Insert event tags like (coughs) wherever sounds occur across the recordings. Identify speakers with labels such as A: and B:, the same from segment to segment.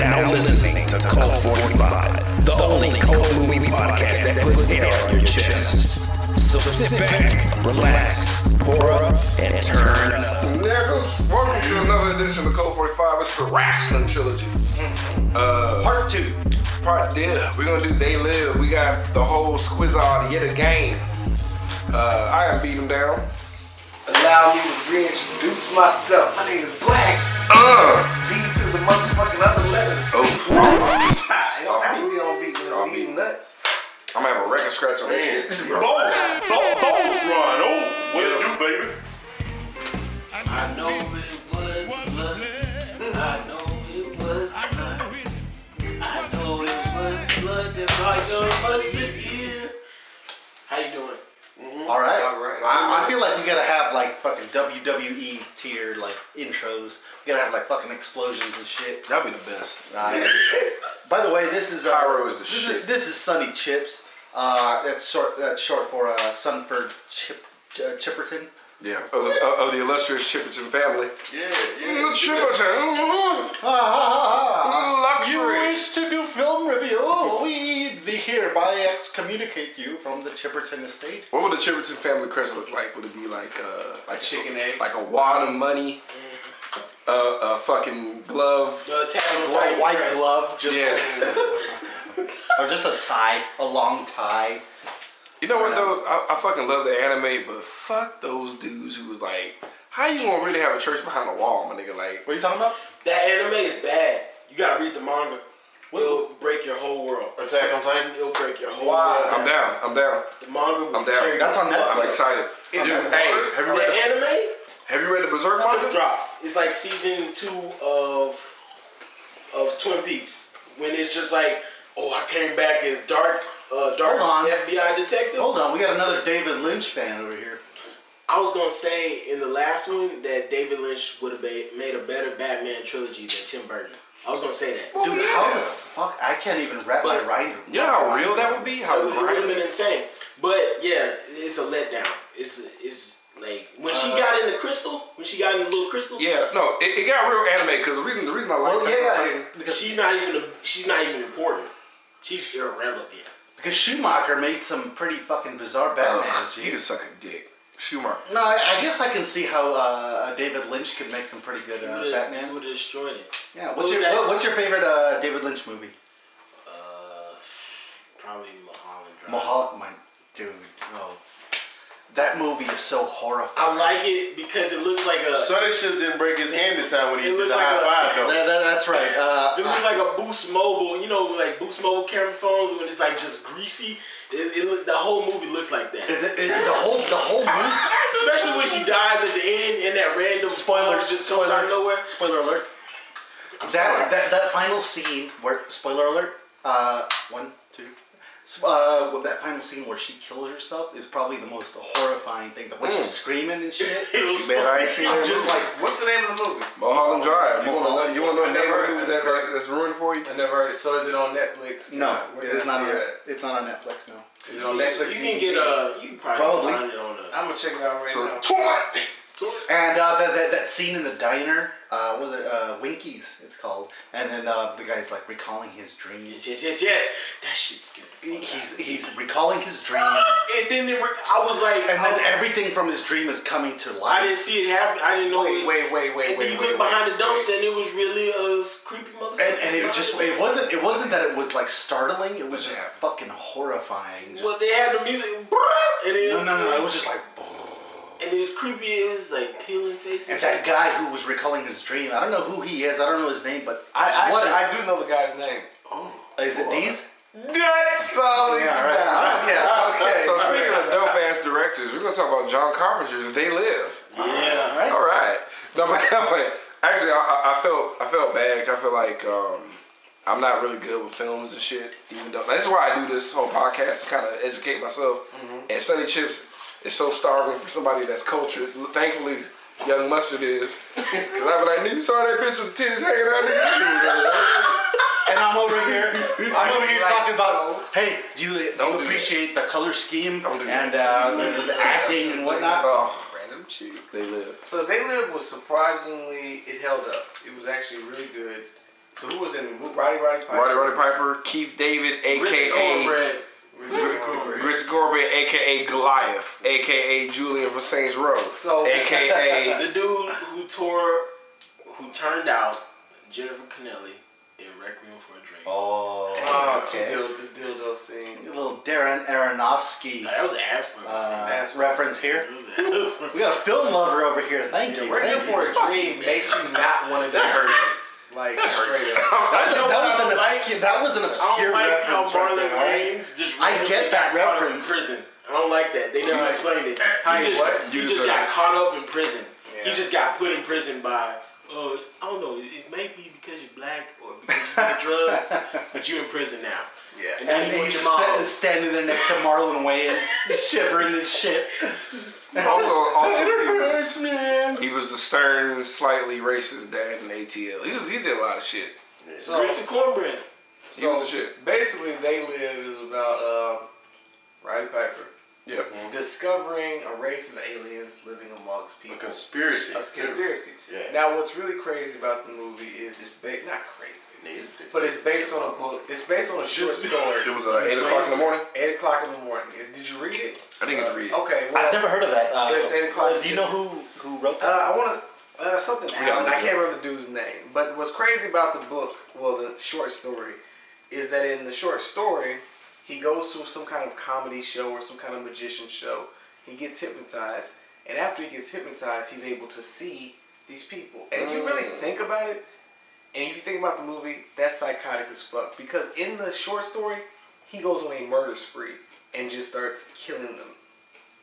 A: now listening to Code 45, the only cold movie podcast that puts air on your chest. So sit back, relax, pour up, and turn up.
B: Niggas, welcome to another edition of Code 45. It's the Wrestling Trilogy. Uh, part two. Part yeah. We're gonna do They Live. We got the whole squizzard yet again. Uh, I am beat him down.
C: Allow me to reintroduce myself. My name is Black.
B: Uh,
C: D to the motherfucking other letters.
B: Oh.
C: it don't have to be on beat when
B: On
C: it's
B: beat.
C: these nuts.
B: I'm gonna have a record scratch on this shit.
D: Bones, Bo- Bones Run. Oh, what it do, baby?
E: I know it was the blood. I know it was the blood. I know it was the blood that brought your busted ear. How you doing?
F: All right.
C: All right.
F: I, I feel like we gotta have like fucking WWE tier like intros. We gotta have like fucking explosions and shit.
B: That'd be the best.
F: Uh, by the way, this is uh,
B: Pyro is the
F: this
B: shit.
F: Is, this is Sunny Chips. Uh, that's short. That's short for uh, Sunford Chip uh, Chipperton.
B: Yeah. Of the, of, of the illustrious Chipperton family.
D: Yeah,
B: Mm, Chipperton. mm-hmm.
F: Ha ha ha!
B: Uh, Luxury.
F: You wish to do film review? We hereby excommunicate you from the Chipperton estate.
B: What would the Chipperton family crest look like? Would it be like uh, like
C: Chicken egg.
B: like a wad of money, uh, a fucking glove?
C: The Italian
F: Or
C: Titan
F: a white
C: crest.
F: glove, just
B: Yeah.
F: (laughs) or just a tie, a long tie.
B: You know what though? I, I fucking love the anime, but fuck those dudes who was like, how you gonna really have a church behind a wall, my nigga? Like,
F: What are you talking about?
E: That anime is bad. You gotta read the manga. It'll break your whole world.
D: Attack on Titan.
E: It'll break your whole
B: I'm
E: world.
B: down. I'm down.
E: The manga will
B: I'm down.
E: tear you
F: That's on
E: apart.
B: I'm
F: Netflix.
B: excited. Dude, hey, have
E: The
B: you read the,
E: anime?
B: have you read the Berserk
E: Manga
B: manga?
E: drop. It's like season two of of Twin Peaks when it's just like, oh, I came back as dark, uh, dark
F: Hold on.
E: FBI detective.
F: Hold on, we got another David Lynch fan over here.
E: I was gonna say in the last one that David Lynch would have made a better Batman trilogy than Tim Burton. I was gonna say
D: Oh,
E: that.
F: Dude, how the fuck? I can't even wrap my
E: But-
F: mind.
B: You know how real that would be? How
E: It would have been
B: grimy?
E: insane. But yeah, it's a letdown. It's it's like when
F: Uh,
E: she got in the crystal, when she got in the little crystal.
B: Yeah, no, it, it got real anime because the reason the reason I like
F: Well,
B: Attack on
F: yeah,
B: Titan-
F: because,
E: She's not even a, she's not even important. She's irrelevant.
F: because Schumacher made some pretty fucking bizarre Batman.
B: Ugh, oh,
F: shit.
B: he to suck a dick. Schumer.
F: no, I, I guess I can see how uh, David Lynch could make some pretty good uh,
E: Would've-
F: Batman.
E: would've destroyed it.
F: yeah,
E: What
F: what's
E: was
F: your
E: that?
F: what, what's your favorite uh, David Lynch movie?
E: Uh, probably Mulholland Drive.
F: Mahal, my dude, oh, that movie is so horrifying.
E: I like it because it looks like a
D: Sonny Chip didn't break his hand this time when he
E: It
D: did
E: looks
D: the
E: like
D: high
E: a-
D: five, though.
F: That- that- that's right. Uh,
E: it looks like a Boost Mobile. You know, like Boost Mobile camera phones when it's like just greasy. It, it look, the whole movie looks
F: (laughs)
E: like that.
F: the, the whole the whole movie.
E: Especially when she dies at the end and that random
F: Spoiler,
E: just
F: spoiler,
E: comes out of nowhere.
F: Spoiler alert.
E: I'm sorry.
F: That, that that final scene where spoiler alert. Uh, one, two. s- Uh, well, that final scene where she kills herself is probably the most horrifying thing. The way she's
E: Mm.
F: screaming and shit.
E: (laughs) was
B: Man, I ain't seen
F: I'm
B: that
F: just
B: movie.
F: like,
C: What's the name of the movie?
B: Mulholland Drive. You want to
F: Mulholland.
B: know the
C: I
B: name
C: never-
B: of
C: I
B: it
C: never-
B: that's- that's ruined for you?
C: I never heard it. So is it on Netflix?
F: no,
C: Where did
F: it's
C: I
F: not.
C: see
F: On,
C: it
F: it's not on Netflix. No.
C: at? Is it on
E: You
C: Netflix?
E: can get uh, you can probably,
F: Probably.
E: find it on uh, a.
C: I'm gonna check it out right
B: So,
C: now.
B: twat!
F: And uh, that, that that scene in the diner. Uh, what was it? Uh, Winkies. It's called. And then uh, the guy's like recalling his dreams.
E: Yes, yes, yes, yes. That shit scared. the fuck out
F: He's
E: of me.
F: he's recalling his dream,
E: It didn't. Re- I was like,
F: and then
E: I-
F: everything from his dream Oh. is coming to
E: I
F: life.
E: didn't see it happen. I didn't know. it
C: Wait,
E: was-
C: wait, wait, wait,
E: And
C: wait.
E: you
C: wait,
E: went
C: wait.
E: behind the dumpster, and it was really a creepy motherfucker.
F: And, and it just it wasn't it wasn't that it was like startling. It was just fucking horrifying. Just,
E: Well, they had the music, and it
F: no,
E: was,
F: no, no. It was just like,
E: and it was creepy. It was like peeling faces.
F: and that guy who was recalling his dream. I don't know who he is. I don't know his name, but
C: I, I,
F: what
C: actually, I do know the guy's name.
F: a- is it? These?
C: That's all he's
F: Yeah, all right.
C: about.
F: (laughs)
C: Yeah, okay.
B: So speaking of dope ass directors, we're gonna talk about John Carpenter's They Live.
E: yeah.
F: Right?
B: All right. No, but, (laughs) but actually, I, I- I felt I felt bad. 'cause I feel like um, I'm not really good with films and shit. Even though that's why I do this whole podcast to kind of educate myself.
C: Mm-hmm.
B: And Sunny Chips is so starving for somebody that's cultured. Thankfully, Young Mustard is. (laughs) Cause I be like, nigga, you saw that bitch with the titties hanging out. nigga?"
F: And I'm over here. I'm over here
C: Like
F: talking about. Hey, do you, do
B: Don't
F: you
B: do
F: appreciate the color scheme
B: (laughs) Don't do
F: and uh, the, the acting and whatnot?
B: Oh,
C: Random shit.
B: they live.
C: So they live was surprisingly it held up. It was actually really good. So who was in who- Roddy Roddy Piper?
B: Roddy Roddy Piper, Keith David,
E: Richie
B: aka
E: Cornbread. Richie Cornbread.
B: Rich Corbett, aka Goliath, aka Julian from Saints Row,
C: So- (laughs)
B: aka
E: The dude who tore, who turned out Jennifer Connelly in Requiem for a Dream.
F: Oh.
C: Oh, two
B: Okay.
C: dildo, the dildo scene.
F: A little Darren Aronofsky
E: Like, that was an ass fucking scene.
F: uh, reference here.
E: That
F: We got a film lover over here. Thank you.
C: We're here
F: Thank
C: for
F: you.
C: a dream makes you not want to be
B: That
C: hurt.
B: hurts.
C: Like straight up.
F: That was,
E: was-
F: that was
E: I
F: an
E: don't like-
F: obscure, that was an
E: I
F: obscure
E: don't like how
F: reference right
E: Marlon
F: there, right?
E: Wayne's just
F: I get that
E: got caught up
F: reference.
E: in prison. I don't like that. They never
C: Right.
E: explained it.
C: Hey,
E: He just,
C: what?
E: He
B: You
E: just
B: deserve
E: got
B: it.
E: caught up in prison. He
C: Yeah.
E: just got put in prison by, uh, I don't know, it- it's maybe because you're black or because you
C: (laughs)
E: do drugs, but you're in prison now.
C: Yeah.
F: And
E: And then you
F: then
E: want
F: he's
E: your
F: sit-
E: mom.
F: standing there next to Marlon Wayans,
G: (laughs)
F: shivering and shit.
B: also also he was,
F: hurts, man.
B: he was the stern, slightly racist dad in ATL. He was he did a lot of shit.
C: So,
E: Grits and cornbread.
B: He
C: so
B: was the shit.
C: basically, they live is about uh, Roddy Piper
B: Yeah.
C: discovering a race of aliens living amongst
G: A
C: people.
G: conspiracy.
C: A conspiracy.
G: Yeah.
C: Now, what's really crazy about the movie is it's ba- not crazy,
G: Negative.
C: but it's based on a book. It's based on a short
B: It
C: story.
B: was uh, (laughs) eight o'clock in the morning.
C: Eight o'clock in the morning. Did you read it?
B: I didn't get to read it.
C: Okay. Well,
F: I've never heard of that. Uh,
C: It's eight o'clock.
F: Do you know who, who wrote that?
C: Uh, I want to uh, something
B: gotta
C: Allen. I
B: look it
C: can't remember the dude's name. But what's crazy about the book, well, the short story, is that in the short story, he goes to some kind of comedy show or some kind of magician show. He gets hypnotized, and after he gets hypnotized, he's able to see these people. And if you really think about it, and if you think about the movie, that's psychotic as fuck. Because in the short story, he goes on a murder spree and just starts killing them.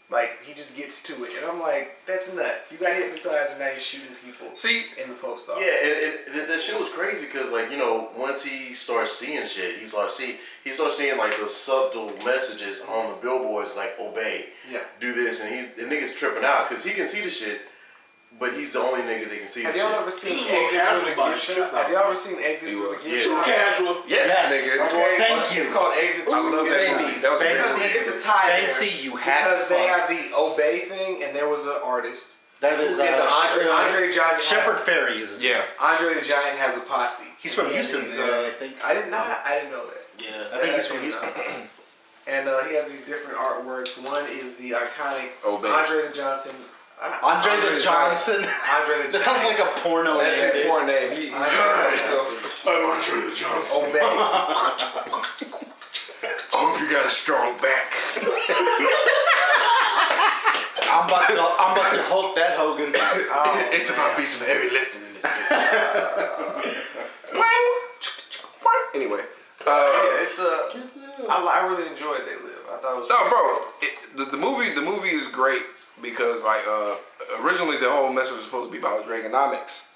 C: Like he just gets to it, and I'm like, that's nuts. You got hypnotized, and now you're shooting people.
B: See,
C: in the post office.
G: Yeah, and, and th- that shit was crazy because, like, you know, once he starts seeing shit, he's like, see, he starts seeing like the subtle messages on the billboards, like obey,
C: Yeah.
G: do this, and he's the niggas tripping out because he can see the shit, but he's the only nigga that can see
C: Have
G: the
C: y'all
G: shit.
C: ever seen
E: He was
C: Exit
E: casual
C: through the
E: about
C: gift
E: it,
C: shop?
E: too.
C: Have y'all ever seen Exit
B: He
C: through the
B: was.
C: gift
G: Yeah.
E: Too
C: shop?
E: casual.
B: yes,
F: Yes.
B: nigga.
C: Okay.
F: Thank you.
C: It's called Exit
B: I
C: through the
B: love
C: gift
B: that movie.
C: shop.
B: That was
F: Baby.
C: It's
B: amazing.
C: a- It's a tie there.
F: Banksy, you have
C: because they
F: fuck.
C: have the obey thing, and there was an artist.
F: That
C: who
F: is
C: did the
F: uh,
C: Andre,
F: Shep-
C: Andre Giant.
F: Shepard Ferry is his
B: Yeah.
F: name.
C: Andre the Giant has a posse.
F: He's from
C: And
F: Houston,
C: he's,
F: uh, I think.
C: I didn't know. I didn't know that.
E: Yeah.
F: I think he's from Houston.
C: (clears throat) And uh, he has these different artworks. One is the iconic
B: Obey.
C: Andre the Johnson. I-
F: Andre,
B: Andre
F: the
B: the
F: Johnson. (laughs)
C: Andre the
F: that sounds like a porno
B: That's
F: name,
B: his
F: dude.
B: porn name. He, he-
G: I'm Andre the Johnson.
C: Obey.
B: I hope you got a strong back.
F: I'm about to, I'm about to Hulk that Hogan. (coughs)
G: it's about to be some heavy lifting in this.
B: Anyway, uh,
C: Yeah, it's a. I, li- I really enjoyed They Live. I thought it was.
B: no, bro, it, the, the movie the movie is great because like uh, originally the whole message was supposed to be about Reaganomics,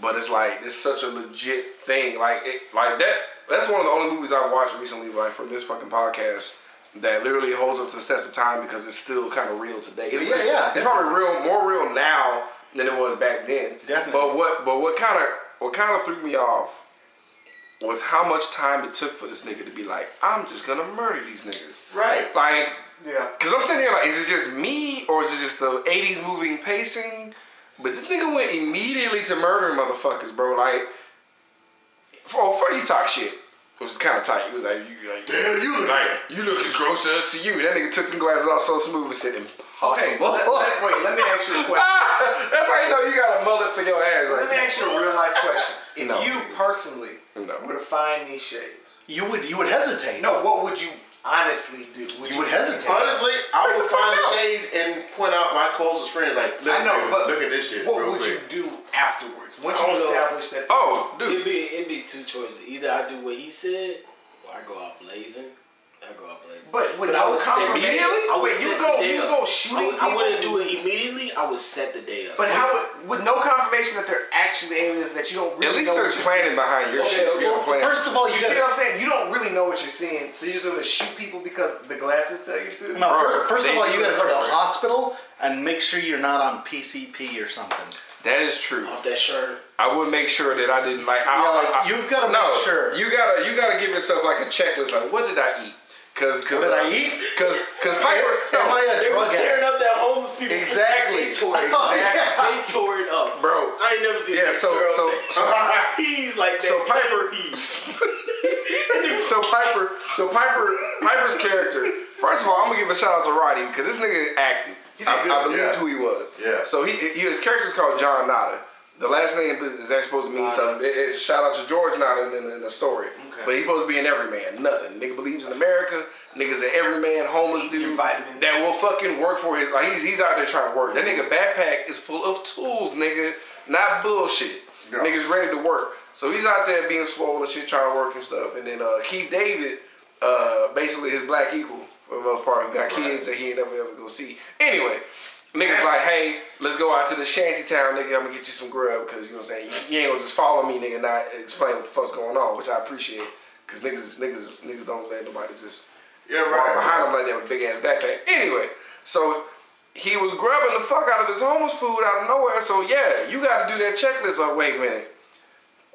B: but it's like it's such a legit thing. Like it, like that. That's one of the only movies I watched recently, like for this fucking podcast, that literally holds up to the test of time because it's still kind of real today. It's, it's-
F: yeah.
B: it's probably real, more real now than it was back then.
F: Definitely.
B: But what, but what kind of, what kind of threw me off was how much time it took for this nigga to be like, I'm just gonna murder these niggas.
G: Right.
B: Like,
C: Yeah.
B: cause I'm sitting here like, is it just me or is it just the 80s moving pacing? But this nigga went immediately to murdering motherfuckers, bro. Like, oh, first he talked shit. It was kind of tight. He was like, you like,
G: Damn, you look
B: like, you look as gross as to you. That nigga took them glasses off so smooth and said, impossible.
G: (laughs)
C: Okay. Let, let- wait. Let me ask you a question.
B: Ah, (laughs) that's how you know you got a mullet for your ass.
C: Let me
B: Like,
C: ask you a real life question. If
B: No.
C: you personally
B: No.
C: were to find these shades,
F: You would you would hesitate.
C: no, what would you honestly do? Would
F: You would hesitate.
G: Honestly, I would find the shades and point out my closest friends. Like, (laughs) look,
C: I know,
G: dude,
C: but
G: look at this shit.
C: What
G: real
C: would
G: quick.
C: you do afterwards? Once
E: I
C: you
E: don't know.
C: establish that.
B: oh, dude.
E: It'd be, it'd be two choices. Either I do what he said, or I go out blazing. I go out blazing.
C: But with
E: I
C: no
E: would set the-
C: confirmation,
E: I would
C: wait, you
E: set
C: go-
E: the day
C: you go
E: up.
C: shooting
E: I, would- I
C: people?
E: wouldn't do it immediately. I would set the day up.
C: But how would, with no confirmation that they're actually aliens that you don't really
B: At least
C: know what
B: there's
C: you're
B: planning behind your shit.
C: Okay,
B: You got a
C: well,
B: plan.
F: First of all,
C: You
F: you
C: see what
F: got
C: I'm saying? You don't really know what you're seeing, so you're just gonna shoot people because the glasses tell you to.
B: Bro,
F: no, fir- first of
B: they
F: all
B: do
F: you got to
B: that
F: go to
B: for-
F: the hospital and make sure you're not on PCP or something.
B: that is true.
E: off that shirt?
B: I would make sure that I didn't like. I,
F: Yeah, like,
B: I- I-
F: you've gotta make
B: no,
F: sure.
B: You gotta you gotta give yourself like a checklist. Like, what did I eat? Cause cause
F: What did
B: uh,
F: I eat?
B: (laughs) Cause cause Piper.
F: Am I a
E: They
F: drug
E: was
F: addict?
E: tearing up that homeless those people.
B: Exactly.
E: They tore it.
B: Oh,
E: Exactly. They tore it up,
B: Bro.
E: I ain't never seen
B: Yeah,
E: that
B: so-
E: girl
B: so- so-
E: that- (laughs) peas like that.
B: so Piper-
E: peas.
B: so Piper, so Piper, Piper's character. First of all, I'm gonna give a shout out to Roddy because this nigga acted.
G: did
B: I, I
G: good,
B: believed
G: yeah.
B: who he was.
G: Yeah.
B: So he, he- his character's called John Nada. The last name is is that supposed to mean something. It- it's a shout out to George Nada in, in the story.
C: Okay.
B: But he's supposed to be an everyman. Nothing. Nigga believes in America. Nigga's an everyman, homeless
E: Eat your
B: dude
E: vitamins.
B: that will fucking work for his. Like he's he's out there trying to work. That nigga backpack is full of tools, nigga. Not bullshit.
G: Yeah.
B: Nigga niggas ready to work. So he's out there being swole and shit, trying to work and stuff. And then uh, Keith David, uh, basically his black equal for the most part, who got kids that he ain't never ever gonna see. Anyway, niggas like, hey, let's go out to the shanty town, nigga. I'm gonna get you some grub because you know what I'm saying. You, you ain't gonna just follow me, nigga, and not explain what the fuck's going on, which I appreciate because niggas, niggas, niggas don't let nobody just
G: Yeah,
B: walk
G: right.
B: behind him like that with a big ass backpack. Anyway, so he was grubbing the fuck out of this homeless food out of nowhere. So yeah, you got to do that checklist. Oh wait a minute,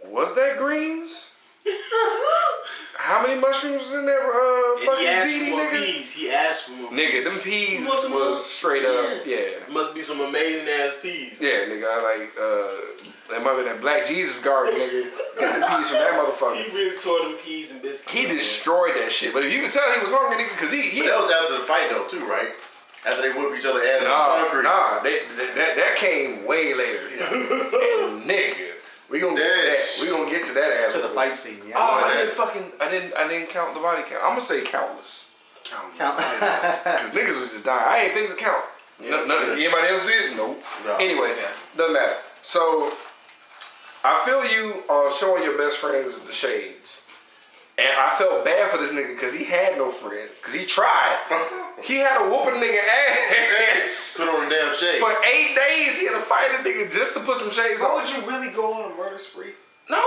B: was that
E: (laughs)
B: greens? How many mushrooms was in that uh,
E: And
B: fucking
E: he asked
B: ziti,
E: for more
B: nigga?
E: peas. He asked for more.
B: Nigga, them peas
E: You want some more?
B: was straight up, yeah.
E: Must be some amazing ass peas.
B: Yeah, nigga, I like, uh, that might be that Black Jesus garden, nigga. Get the peas from that motherfucker.
E: He really tore them peas and biscuits.
B: He destroyed that shit, but if you could tell he was hungry, nigga, cause he, he
G: But that was after the fight though, too, right? After they whoop each other ass in the
B: Nah,
G: concrete.
B: nah, they, that, that that came way later. and nigga, we gonna get to that.
G: That's-
B: We gonna get to that ass.
F: to the fight scene. Yeah.
B: Oh, I
G: that.
B: didn't fucking, I didn't, I didn't count the body count. I'm gonna say countless,
G: (laughs)
B: cause niggas was just dying. I ain't think to count. No, no, Anybody else did? Nope.
G: No.
B: Anyway, doesn't matter. So, I feel you on showing your best friends the shades. And I felt bad for this nigga because he had no friends. Because he
G: (laughs)
B: tried. he had a whooping nigga ass.
G: Put on the damn shade.
B: For eight days, he had to fight a nigga just to put some shades
C: Why
B: on.
C: would you really go on a murder spree?
B: No,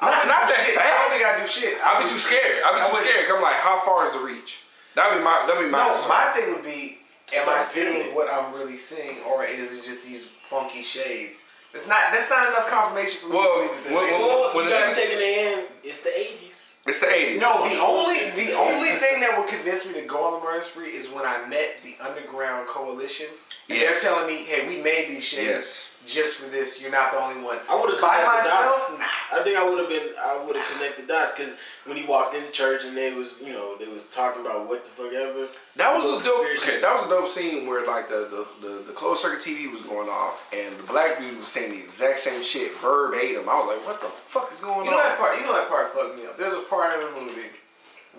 B: not, not
C: do
B: that
C: shit. I don't think
B: fast.
C: I do shit.
B: I'd be
C: would-
B: too scared. I'd be
C: I
B: too
C: would-
B: scared. 'cause I'm like, how far is the reach? That'd be my. That'd be my.
C: No,
B: concern.
C: my thing would be, am I
E: like
C: seeing
E: feeling.
C: what I'm really seeing, or is it just these funky shades? It's not. That's not enough confirmation for me. to
B: Well,
C: believe that
B: well,
C: they-
B: well,
E: Well,
B: When
E: you
B: the
E: gotta
B: niggas-
E: take it in the hand. It's the 80s.
B: it's the '80s.
C: No, the only the only thing that would convince me to go on the murder spree is when I met the Underground Coalition. And
B: Yes.
C: they're telling me, hey, we made these shades
B: Yes.
C: just for this. You're not the only one.
E: I would've
C: by
E: connected
C: myself.
E: dots.
C: Nah.
E: I think I would have been. I would have connected dots because when he walked into church and they was, you know, they was talking about what the fuck ever.
B: That was a
E: Little
B: dope.
E: conspiracy.
B: Okay, that was a dope scene where like the the, the, the closed circuit TV was going off and the black dude was saying the exact same shit verbatim. I was like, what the fuck is going
C: You
B: on?
C: know that part. You know that part fucked me up. There's a part in the movie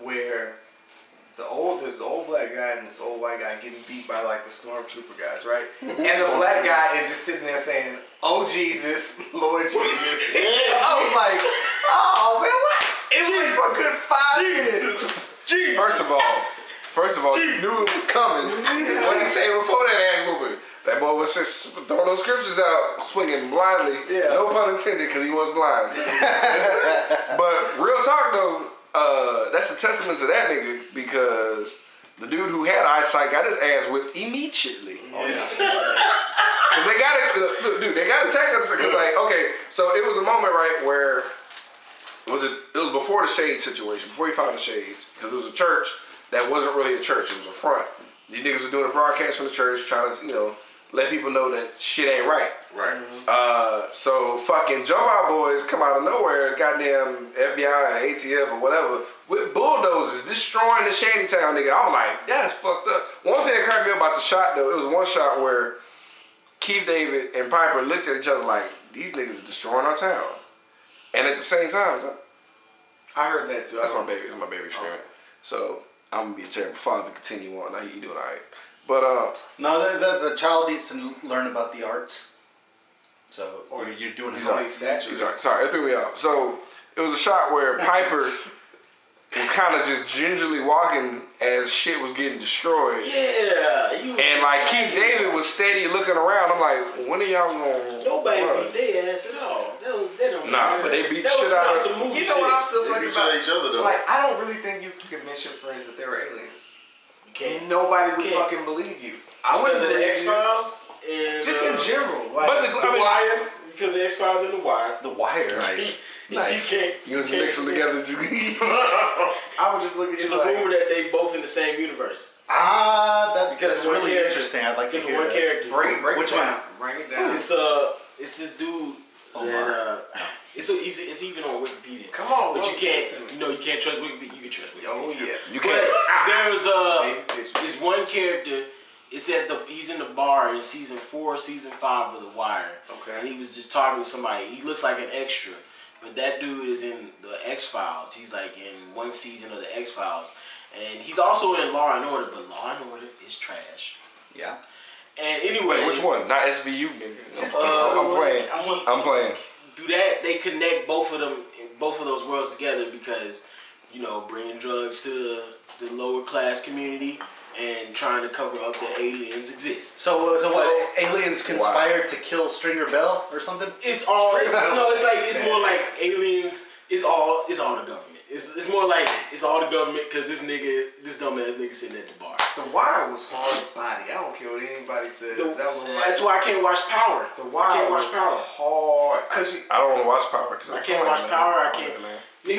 C: where the old there's the old black guy and this old white guy getting beat by like the stormtrooper guys,
E: (laughs)
C: right? And the black guy is just sitting there saying, "Oh Jesus, (laughs) Lord Jesus." (laughs) I was like, "Oh man, what?" It went for a good five minutes.
B: First of all, first of all, you knew it was coming. what did he say before that ass whooping? That boy was just throwing those scriptures out, swinging blindly.
C: Yeah.
B: No pun intended, because he was blind. but real talk though, uh, that's a testament to that nigga because the dude who had eyesight got his ass whipped immediately. (laughs) Cause they got it, look, look, dude. They got attacked us because, like, okay, so it was a moment, right, where was it? It was before the shade situation, before he found the shades, because it was a church that wasn't really a church. It was a front. These niggas were doing a broadcast from the church, trying to, you know, let people know that shit ain't right.
G: right.
B: Uh, so fucking jump out boys come out of nowhere, goddamn FBI or ATF or whatever, with bulldozers destroying the shanty town nigga. I'm like, that's fucked up. One thing that cracked me up about the shot though, it was one shot where Keith David and Piper looked at each other like, these niggas destroying our town. And at the same time, it's like,
C: I heard that too. I
B: that's my
C: don't-
B: baby. That's my baby
E: Oh.
B: screaming. So I'm gonna be a terrible father. Continue on. Now you doing all right. But uh,
F: No, the, the, the child needs to learn about the arts. So or you're doing it
C: Tony
F: right.
C: Satchel.
B: Sorry, sorry, it threw me off. So it was a shot
E: (laughs)
B: where Piper was kind of just gingerly walking as shit was getting destroyed.
E: Yeah, you.
B: And like Keith David was steady looking around. I'm like, when are y'all gonna?
E: Nobody
B: run?
E: beat their ass at all. That was, that don't
B: Nah, but they beat
E: that was
B: shit out of-
E: some movie
C: You
E: shit.
C: know what I'm still
G: They
C: fucking
G: beat shit
C: about?
G: at each other, though.
C: Like, I don't really think you can convince your friends that they were aliens.
E: You can't.
C: Nobody would
E: Can't.
C: fucking believe you. I wouldn't
E: Because of the
C: believe
E: X
C: you.
E: Files and
C: Just in
E: uh,
C: general, like.
B: But the,
E: The
B: I mean,
E: Wire. Because of the X Files and the Wire. (laughs)
F: The wire. Nice.
B: Nice.
E: You can't.
B: you just
E: can't
B: mix them
E: (laughs) convince-
B: together.
C: I would just look at
E: It's
C: you
E: a
C: like,
E: rumor that they both in the same universe.
F: Ah, that,
E: Because
F: that's
E: one
F: really
E: character-
F: interesting. I'd like to
E: Just
F: hear
E: one
F: that.
E: character.
C: Break, break
F: Which
C: it down.
F: one?
C: Break it down.
E: It's uh, it's this dude
B: Oh
E: that
F: Omar.
E: uh, it's, a, it's it's even on Wikipedia.
C: Come on,
E: but
C: bro,
E: you
C: give it to
E: can't.
C: me.
E: You know, you can't trust Wikipedia. You can trust Wikipedia.
C: oh yeah.
B: You
E: But
B: can't.
E: there was
C: Big
E: a
C: picture.
E: uh, this one character. It's at the he's in the bar in season four, season five of The Wire.
C: Okay.
E: And he was just talking to somebody. He looks like an extra, but that dude is in the X Files. He's like in one season of the X Files, and he's also in Law and Order. But Law and Order is trash.
F: Yeah.
E: And anyway,
B: Wait, (laughs) which
E: it's-
B: one? Not SVU, nigga.
C: Just
B: I'm-
C: get to
B: I'm
C: the
B: playing.
E: I want-
B: I'm playing.
E: do that, they connect both of them, both of those worlds together because, you know, bringing drugs to the, the lower class community and trying to cover up that aliens exist.
F: So, uh, so, what? Aliens conspired to kill Stringer Bell or something?
E: It's all, it's, no, it's like it's more like aliens. It's all, it's all the government. It's, it's more like it's all the government because this nigga, this dumbass nigga sitting at the bar.
C: The Wire was hard body. I don't care what anybody says.
E: The-
C: that was one of my-
E: that's why I can't watch Power.
C: The
E: I
C: Wire
E: can't
C: was
E: watch Power.
C: hard. Cause you,
B: I don't want to watch Power because
E: I can't watch Power. I can't. Niggas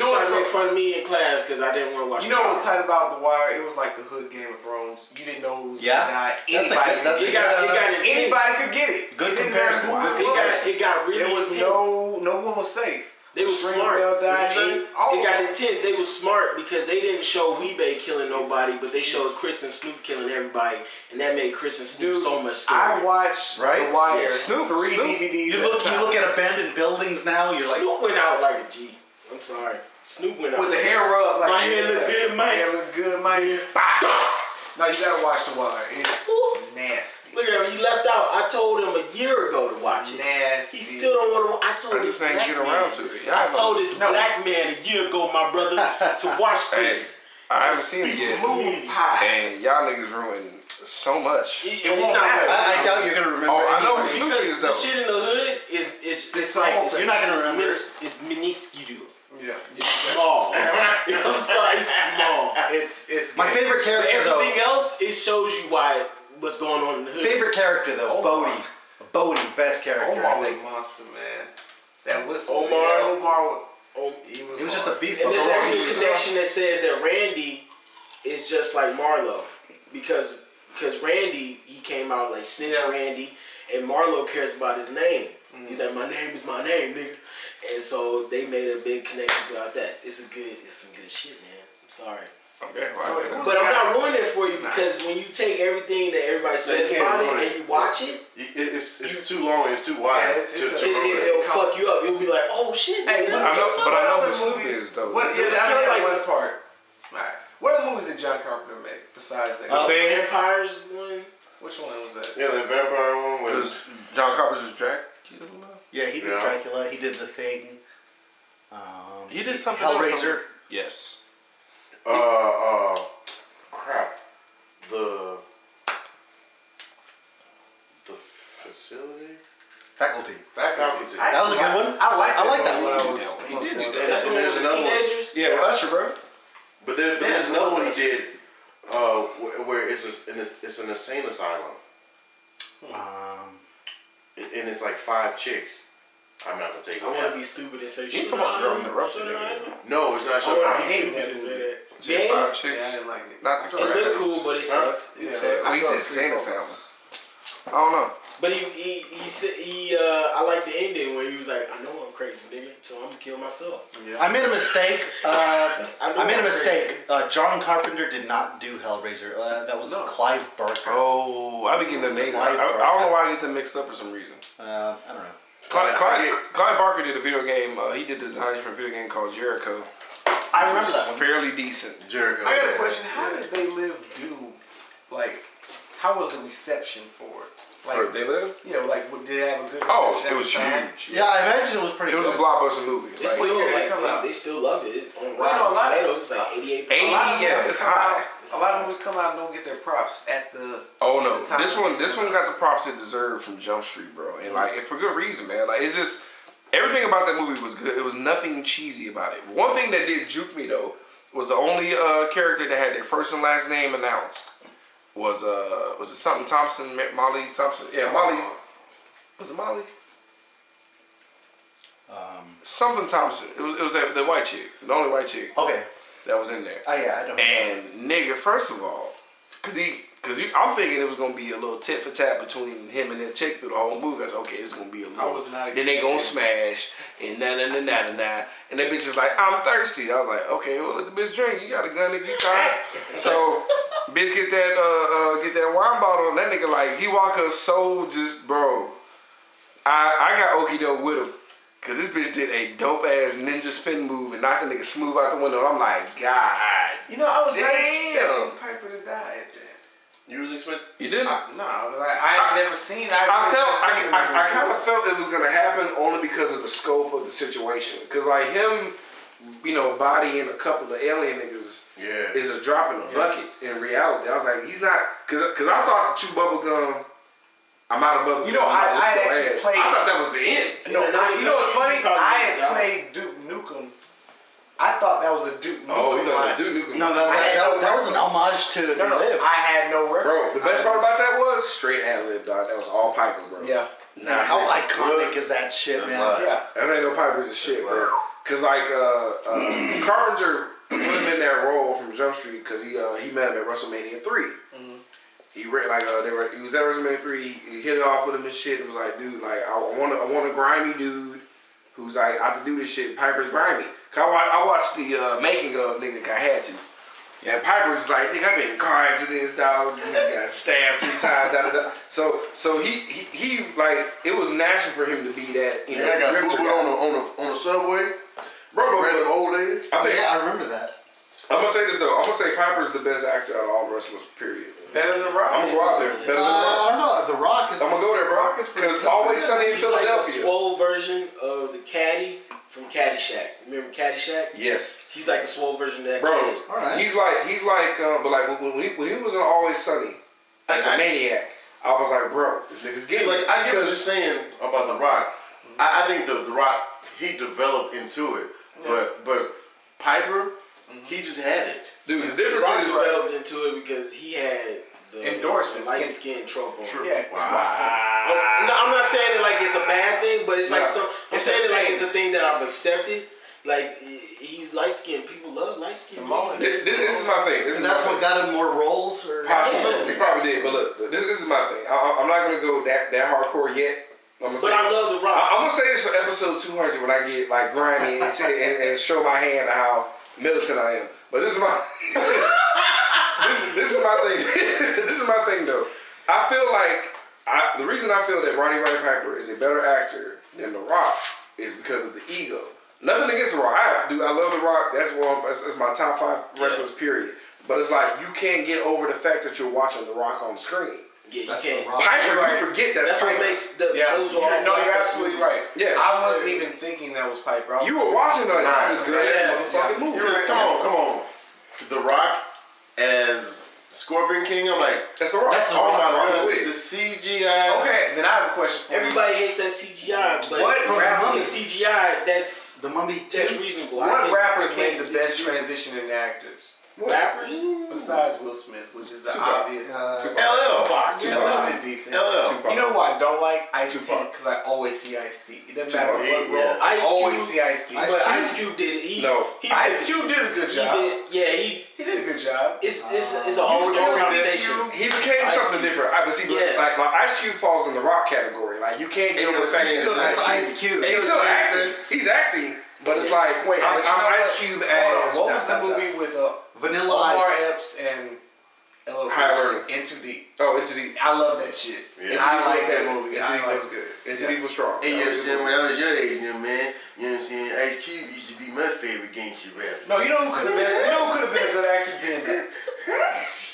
C: You know
E: tried
C: what's
E: to make
C: so-
E: fun of me in class because I didn't want to watch.
C: you know
E: Power.
C: what's tight about The Wire? It was like the hood Game of Thrones. You didn't know who was
F: Yeah.
C: gonna die.
F: That's a
C: Anybody,
F: good-
C: could
F: that's
C: get
F: a
E: It
C: it.
E: got, it got intense.
C: anybody could get it.
F: Good
C: It didn't matter
F: comparison.
C: who
F: Good
C: it
E: It got,
C: was.
E: it got really
C: There was
E: intense.
C: no no one was safe.
E: They was
C: Stringer
E: smart.
C: Bell died.
E: They,
C: all
E: they
C: of
E: got
C: them.
E: intense. They was smart because they didn't show Weebay killing nobody, but they showed Chris and Snoop killing everybody, and that made Chris and Snoop
C: Dude,
E: so much
C: I
E: scarier.
C: watched
F: Right?
C: The Wire
E: Yeah.
B: Snoop,
C: three
B: Snoop.
C: DVDs.
F: You
C: at
F: look,
C: the
F: you
C: time.
F: look at abandoned buildings now. You're like,
E: Snoop went out like a G. I'm sorry, Snoop went out
C: with the hair rub. Like,
E: My hair look good,
C: My
E: Mike.
C: hair look good, Mike. (laughs) No, you gotta watch The Wire. It's nasty.
E: Look at him. He left out. I told him a year ago to watch it.
C: Nasty.
E: He still don't want to. I told
B: I
E: this
B: just ain't
E: black
B: get
E: man.
B: around to it. Y'all
E: I
B: know.
E: told this
C: No.
E: black man a year ago, my brother, to watch
C: (laughs)
B: Hey,
E: this.
B: I haven't seen it yet.
C: moon pie.
B: And y'all niggas ruined so much.
E: It-
C: won't
E: it's not
C: matter.
E: right.
F: I, I doubt you're gonna remember.
B: Oh, I know who
F: anything.
B: Snoop
E: Because
B: is
E: the
B: though.
E: shit in the hood is it's,
C: It's
E: it's
C: the
E: like
C: whole
E: it's,
C: thing.
F: You're not gonna remember.
E: It's, it's minuscule.
C: Yeah.
E: Small. (laughs) I'm sorry, it's small.
C: It's it's
F: My favorite
E: But
F: character though.
E: everything else, it shows you why what's going on in the hood.
F: Favorite character though.
C: Omar.
F: Bodie. Bodie, best character.
C: Omar
F: I
C: was
F: think.
C: a Oh, monster, man. That whistle.
E: Omar.
C: man, Omar. wa-
E: Oh,
C: He was,
F: He was just a
C: hard.
F: beast.
E: and
F: but
E: there's
F: Bodie
E: actually a
F: was-
E: connection that says that Randy is just like Marlo because because Randy he came out like snitch
C: Yeah.
E: Randy and Marlo cares about his name. He's like my name is my name, nigga. And so they made a big connection throughout that. It's a good, it's some good shit, man. I'm sorry.
B: Okay, well,
E: But I'm not ruining it for you because when you take everything that everybody says
G: can't
E: about it
G: ruin
E: and
G: it.
E: you watch it,
G: It- it- it's it's too long. It's too wide.
C: Yeah, it's-
G: to-
C: it's a-
G: to
E: it,
G: ruin it.
E: will fuck you up. You'll be like, oh shit.
C: Hey,
E: nigga,
C: what-
B: I know, but I know
C: what
B: who
C: other
B: Snoop
C: movies-
B: is though.
C: What, yeah,
E: It's
C: I
E: kinda
C: know
E: like-
C: that one part. Alright. What other movies did John Carpenter make besides that?
B: The thing
E: Uh, Vampires one.
C: Which one was that?
G: Yeah, the vampire one was.
B: was John Carpenter's Dracula.
F: Yeah, he did
G: Yeah.
F: Dracula. He did the thing. Um,
B: He did something else.
F: Hellraiser.
B: Yes.
G: Uh, uh, crap. The the facility.
F: Faculty.
G: Faculty.
C: I
G: And
F: That was
C: actually
F: a good
C: like-
F: one.
C: I like
F: I like that
C: one. when
F: one.
C: I was-
B: He
C: when
B: did
C: I was
B: do
C: young.
B: that.
E: That's the
G: and
E: one with
G: there's
E: the
G: another one.
E: teenagers.
B: Yeah, well, that's your bro.
G: But there,
C: Damn,
G: there's another
C: what
G: one he
C: was-
G: did. Uh, wh- where it's a, an- it's an insane asylum,
E: Hmm.
F: Um,
G: and it's like five chicks. I'm not gonna take
E: I want to
G: it.
E: be stupid and say
B: He's
E: shit.
B: talking about
E: I
B: girl interrupted. nigga.
G: No, it's
E: I
G: not.
E: want
G: Sure.
E: to be
C: Oh, hate
E: stupid
C: that
E: and say
C: movie.
E: that.
B: Shit, Five
E: Yeah,
C: Yeah, I
B: chicks.
C: didn't like it.
B: Not the
E: it looked cool, but it
G: Huh?
E: sucked. It
C: Yeah.
E: sucked.
B: Well, he said Santa
C: Snoop.
B: Sound. I don't know.
E: But he he he, said- he uh, I like the ending when he was like, I know I'm crazy, nigga, so I'm gonna kill myself.
F: I made a mistake. Uh,
E: I know
F: I made a
E: I'm
F: mistake. Uh, John Carpenter did not do Hellraiser. Uh, that was
C: No.
F: Clive Barker.
B: Oh, I be getting them names. I, I, I don't know why I get them mixed up for some reason.
F: Uh, I don't know.
B: Clyde,
G: Yeah, I
B: Clyde,
G: get-
B: Clyde Barker did a video game. Uh, he did designs for a video game called Jericho.
F: I remember
B: It's
F: that one.
B: fairly decent.
G: Jericho.
C: I got
G: yeah.
C: a question. How did They Live do? Like, how was the reception for it? Like,
B: For They Live?
C: yeah, like what- did it have a good reception?
B: Oh,
C: at
B: it
C: the
B: was
C: time?
B: huge.
F: Yeah, I imagine it was pretty.
B: It was a
F: good.
B: blockbuster movie.
E: They
B: Like,
E: still
C: year they
E: like
C: come
E: they,
C: out.
E: they still love it
C: Well,
E: on
C: no, a
E: Rotten
C: lot of-
E: Tomatoes. It's like 88.
C: A lot of
B: Yeah,
C: movies
B: it's
C: come
B: high.
C: out. A lot of movies come out and don't get their props at the.
B: Oh
C: the
B: no,
C: time
B: this
C: when
B: one,
C: they
B: this
C: come
B: one
C: out.
B: got the props it deserved from Jump Street, bro, and like for good reason, man. Like it's just everything about that movie was good. It was nothing cheesy about it. One thing that did juke me though was the only uh, character that had their first and last name announced was uh was it something Thompson, Ma- Molly Thompson? Yeah, Molly. Was it Molly?
F: Um,
B: Something Thompson. It was it was that, that white chick, the only white chick
F: okay.
B: that was in there.
F: Oh yeah, I don't. know.
B: And nigga, first of all, Cause he, cause you, I'm thinking it was gonna be a little tit for tat between him and that chick through the whole movie. I said, okay, it's gonna be a little.
C: was not
B: then they gonna
C: expecting
B: smash and na na na na na na. And that bitch is like, I'm thirsty. I was like, okay, well let the bitch drink. You got a gun, nigga. You
C: (laughs)
B: tired? So, bitch, get that uh, uh get that wine bottle. And that nigga like, he walk us so just bro. I I got okey doke with him. Cause this bitch did a dope ass ninja spin move and knocked the nigga smooth out the window. I'm like, God,
C: You know, I was not
B: Damn.
C: expecting Piper to die at that.
G: You was expecting?
B: you didn't.
C: No, I was like, I had
B: I-
C: never seen.
B: I
C: I've
B: felt I,
C: never seen
B: I,
C: him
B: I kind of
C: before.
B: felt it was gonna happen only because of the scope of the situation. Cause like him, you know, bodying a couple of alien niggas
G: Yeah.
B: is a drop in the bucket in reality. I was like, he's not cause cause I thought the chew bubble gum. I'm out of bubble.
C: You know,
B: gum, I'm out
C: I-
B: of
C: I
B: your
C: actually
B: ass.
C: played-
B: I thought that was the end.
C: No,
E: Yeah, now
C: I- you know what's
E: you
C: funny?
E: probably
C: I had
E: die.
C: played Duke Nukem. I thought that was a Duke Nukem.
B: Oh, you
C: line.
B: thought the Duke Nukem?
F: No, that, that, that, that was an homage to
C: No, no,
F: Live.
C: I had no
B: bro. The
C: reference.
B: best
C: I
B: part
C: was-
B: about that was straight ad lib, dog. That was all Piper, bro.
C: Yeah.
B: Nah,
F: How
B: man.
F: iconic is that shit,
G: That's
F: man?
G: right.
C: Yeah.
B: That ain't no Piper's a shit, bro. Cause like uh, uh, Carpenter put him in that role from Jump Street because he uh, he met him at WrestleMania 3 He re- like uh, they were he was at WrestleMania three. He hit it off with him and shit. It was like, dude, like I want to I want a grimy dude who's like I have to do this shit. Piper's grimy. Cause I, wa- I watched the uh, making of nigga. I had to. And Piper's like, nigga, I've been in car accidents, dog. Nigga got stabbed three times. Da, da, da. So so he, he he like it was natural for him to be that. You know,
G: Yeah, I got
B: drifter
G: boo-boo
B: guy.
G: on the, on the, on the subway.
B: Bro, bro,
G: Random
B: bro.
G: old
B: I
G: lady.
F: Oh,
B: think,
F: yeah, I remember that.
B: I'm gonna say this though. I'm gonna say Piper's the best actor out of all wrestlers. Period.
C: Better than
B: I'm gonna
C: Rob.
B: go out there. Better than
F: Uh,
B: Rock.
F: I don't know. The Rock is.
B: I'm gonna go there, bro. Because always sunny in
E: He's like a
B: Philadelphia.
E: swole version of the caddy from Caddyshack. Remember Caddyshack?
B: yes,
E: He's like a swole version of that
B: bro.
E: kid.
F: Alright.
B: He's like he's like, um, but like when, when, he, when he was in Always Sunny, as the maniac, I was like, bro, this nigga's
G: See,
B: getting
G: like I get what you're
B: because
G: saying about The Rock. I, I think the, the Rock he developed into it, but but Piper he just had it.
B: dude, the difference
E: Rock
B: is
E: developed into it because he had the
C: Endorsements.
E: light skin trope on. him.
C: Yeah.
E: Oh, No, I'm not saying it like it's a bad thing, but it's
B: No.
E: like some. I'm
C: It's a
E: saying it like
C: thing.
E: it's a thing that I've accepted. Like he- he's light skinned. People love light skinned.
C: Samoan.
B: this, this, this is my thing. This is
F: And that's
B: my
F: what
B: thing.
F: got him more roles? Or
B: Possibly, he probably did. But look, this, this is my thing. I, I'm not gonna go that that hardcore yet. I'm gonna
E: But
B: say-
E: I love the
B: I,
C: Uh,
E: rock.
B: am gonna say this for episode 200 when I get like grimy and, t- and, and show my hand how militant I am. But this is my (laughs) this, this is my thing. (laughs) this is my thing though. I feel like I, the reason I feel that Ronnie Ronnie Piper is a better actor than The Rock is because of the ego. Nothing against The Rock. I do. I love The Rock. That's one. That's, that's my top five wrestlers. Period. But it's like you can't get over the fact that you're watching The Rock on screen.
E: yeah, you
F: That's
E: can't.
F: The Rock.
B: Piper, you forget that's,
E: That's what
B: Piper.
E: makes the,
C: Yeah.
E: those
C: You-
E: are all
C: no, you're
E: black
C: absolutely
E: movies.
C: right.
B: Yeah.
C: I wasn't even thinking that was Piper. I was
B: You were watching that. This is a good
E: Yeah.
B: motherfucking movie.
G: Because come on, come on, The Rock as Scorpion King. I'm like,
B: That's the rock.
F: That's The
G: oh
F: Rock.
G: my
B: Rock
G: god,
B: with.
G: the CGI.
C: Okay, then I have a question for you.
E: Everybody hates that CGI, but
C: What
E: from
C: rapper-
E: the CGI, that's
F: The Mummy
E: that's
F: 2?
E: reasonable. I
C: What
E: can't- I
C: rappers made
E: can't
C: the best
E: disagree.
C: transition in actors
E: rappers?
C: besides Will Smith, which is the
B: Tupac.
C: obvious?
F: Uh,
G: LL.
E: Tupac,
C: Yeah,
E: Tupac.
C: Lil did decent.
G: LL.
C: You know who I don't like? Ice T,
B: Tupac.
C: because I always see Ice T. It doesn't matter
G: Tupac.
C: what
G: Yeah,
C: role.
G: yeah.
C: I
E: Ice
C: always
E: Cube.
C: see Ice T.
F: Ice
E: But
F: Cube?
E: Ice Cube did it. He,
B: No.
E: he
C: Ice
E: did-
C: Cube did a good
E: He
C: job. He
E: did, yeah, he.
C: did a good job.
E: It's it's it's a whole
G: still
E: different
G: did
E: conversation.
G: you?
B: He became
E: Ice
B: something
E: Cube.
B: different. I but see, but,
E: Yeah.
B: like, like Ice Cube falls in the rock category. Like you can't get
G: Hey,
B: over the
G: yo,
B: fact
G: he's
B: that
G: still-
B: it's
F: that's Ice Cube.
B: He's still acting. He's acting, but it's like wait, I'm,
C: but you know
B: I'm
C: what?
B: Ice Cube
C: Hold
B: as
C: on, What
B: da,
C: was the
B: da, da.
C: movie with uh,
F: Vanilla
C: Omar
F: Ice.
C: Epps and LL
B: High
C: Cool
B: Learning.
C: J? Into Deep.
B: Oh, Into Deep.
C: I love that shit.
G: Yeah.
C: I like that movie.
B: Into
C: I
B: Deep
C: like
B: was good. Into Deep was strong.
G: Hey,
B: That
G: you know what I'm
B: was a good
G: saying?
B: movie.
G: When I was your age, young man, you know what I'm saying? Ice Cube used to be my favorite gangster rapper.
C: No, you know who could have been, you know who could have been a good actor? DMX.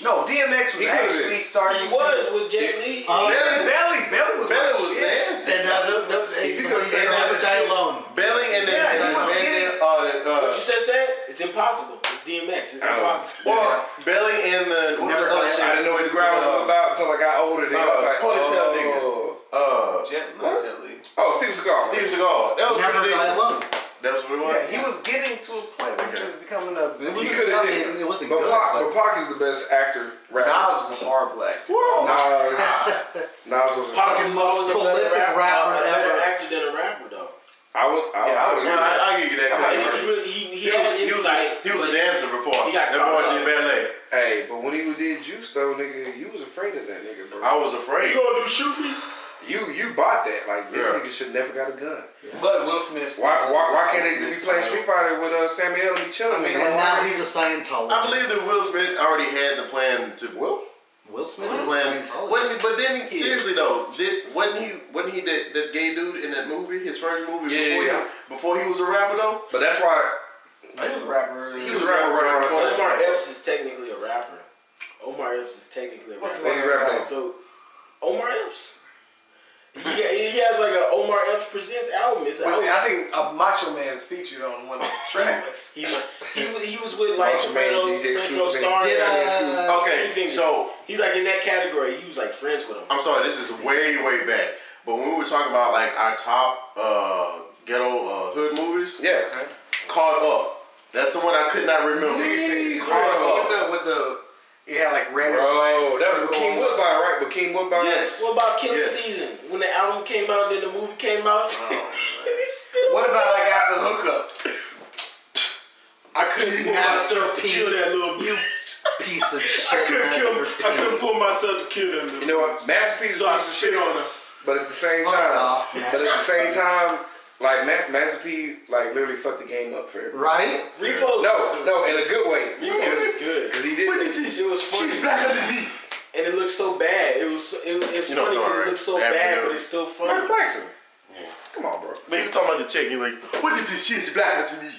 C: No, DMX was
B: He could've been.
C: actually starting
E: He
C: to-
E: was with Jet Li.
F: Uh,
C: Belly, Belly, Belly was
G: Belly
C: my
G: was
C: shit.
G: nasty.
F: Stand out of those.
B: If you
F: Stand
B: gonna stand
F: out
B: out
F: of
B: of
F: Die
B: shit-
F: Alone.
G: Belly and then
C: Yeah, he
G: like,
C: was
G: Van
C: getting-
G: Damme, uh, the, uh,
E: what you just said? It's impossible. It's DMX. It's
C: Oh.
B: I don't know.
E: impossible.
G: Well, Belly and the what's
F: Never
G: the other
F: thought
G: shit?
B: I didn't know what the ground was about until I got older. Then I was
G: Uh,
B: like,
G: ponytail
B: oh,
G: Uh,
C: Jet, not Jet Li.
B: oh, Steven Seagal.
G: Steven Seagal. That was
F: Never
G: pretty
F: Die
G: decent.
F: Alone.
G: That's what it was.
C: Yeah, he was getting to a point where he was becoming a.
B: He
F: was
B: could have
F: dumb
B: did
F: and
B: it.
F: it wasn't
B: but
F: good,
B: Pac, but
F: but-
B: Pac is the best actor. Rapper.
C: Nas was a horrible actor.
B: Woo! Nas. Nas was a
E: Pac
B: fucking.
E: was a better
F: prolific
E: rapper,
F: rapper
E: a better
F: ever.
E: actor than a rapper though.
B: I would. I,
C: Yeah, I
B: I would.
C: would-
G: Yeah, I, I give you that.
B: I'm like,
G: credit,
E: He
G: bro.
E: was really he, he,
G: He
E: had
G: was- he was a-
E: insight.
G: he was a
E: but
G: dancer before.
E: He got
G: That
E: caught
G: boy
E: up.
G: did ballet.
B: hey, but when he did Juice though, nigga, you was afraid of that nigga, bro.
G: I was afraid.
E: You gonna do shoot me?
B: you you bought that. Like this
G: Yeah.
B: nigga should never got a gun.
C: But Will Smith.
B: Why why, why can't they just be playing Street Fighter with uh, Samuel and be chilling?
C: I mean,
B: nigga?
F: And now he's a Scientologist.
G: I believe that Will Smith already had the plan to Will
F: Will Smith
G: to
F: is a
G: plan.
F: Scientologist.
G: Wasn't, but then seriously though, this wasn't he? Wasn't he that, that gay dude in that movie? His first movie
B: Yeah,
G: before,
B: yeah.
G: He, before he was a rapper though.
B: but that's why
C: No, he was a rapper.
B: he was rapping right around
E: So
B: that time.
E: Omar Epps is technically a rapper. Omar Epps is technically a
C: What's
E: rapper.
B: What's his rap name?
E: So Omar Epps. Yeah, he has like a Omar Epps presents album. It's an
C: Well,
E: album.
C: I think a Macho Man's featured on one of the (laughs) tracks.
E: He, he, was- he was with like
B: Marshall Man,
E: Fredo,
B: DJ
E: Central
B: Scoop,
E: Star.
B: Did
E: and
B: I-
E: Steve
G: Okay,
E: Fingers.
G: so
E: he's like in that category. He was like friends with him.
G: I'm sorry, this is way way back. But when we were talking about like our top uh, ghetto uh, hood movies,
B: Yeah.
G: caught up. That's the one I could not remember.
C: Caught
G: Caught up.
C: up with the. It had like red and
B: Bro,
C: white.
B: that was King
C: circles.
B: Woodbine, right? But King Woodbine.
G: Yes.
E: What about Killer
G: Yeah.
E: Season? When the album came out, then the movie came out. (laughs)
C: What about I got the hookup?
E: I couldn't pull
F: Master
E: myself to
F: P.
E: kill that little
F: You (laughs) piece of shit.
E: I couldn't kill. I couldn't
F: masterpiece.
E: pull myself to kill that little.
B: You know what? Masterpiece is
E: So I
B: piece of shit,
E: spit on her.
B: but at the same
F: Fuck
B: time,
F: off,
B: but at the same time, like Ma- Master P, like literally fucked the game up for everybody.
F: Right?
E: Repos.
B: No, no, in a good way.
E: Repos was good.
B: Because he did. that.
E: It was funny. She's blacker than me. And it looked so bad. It was. It, was- it's
G: You know,
E: funny because
G: alright.
E: it looks so
G: After
E: bad,
G: that.
E: but it's still
B: Mike
E: funny.
B: likes him. Come on, bro.
G: Man, you talking about the chick? You're like, what is this shit? It's blacker to me.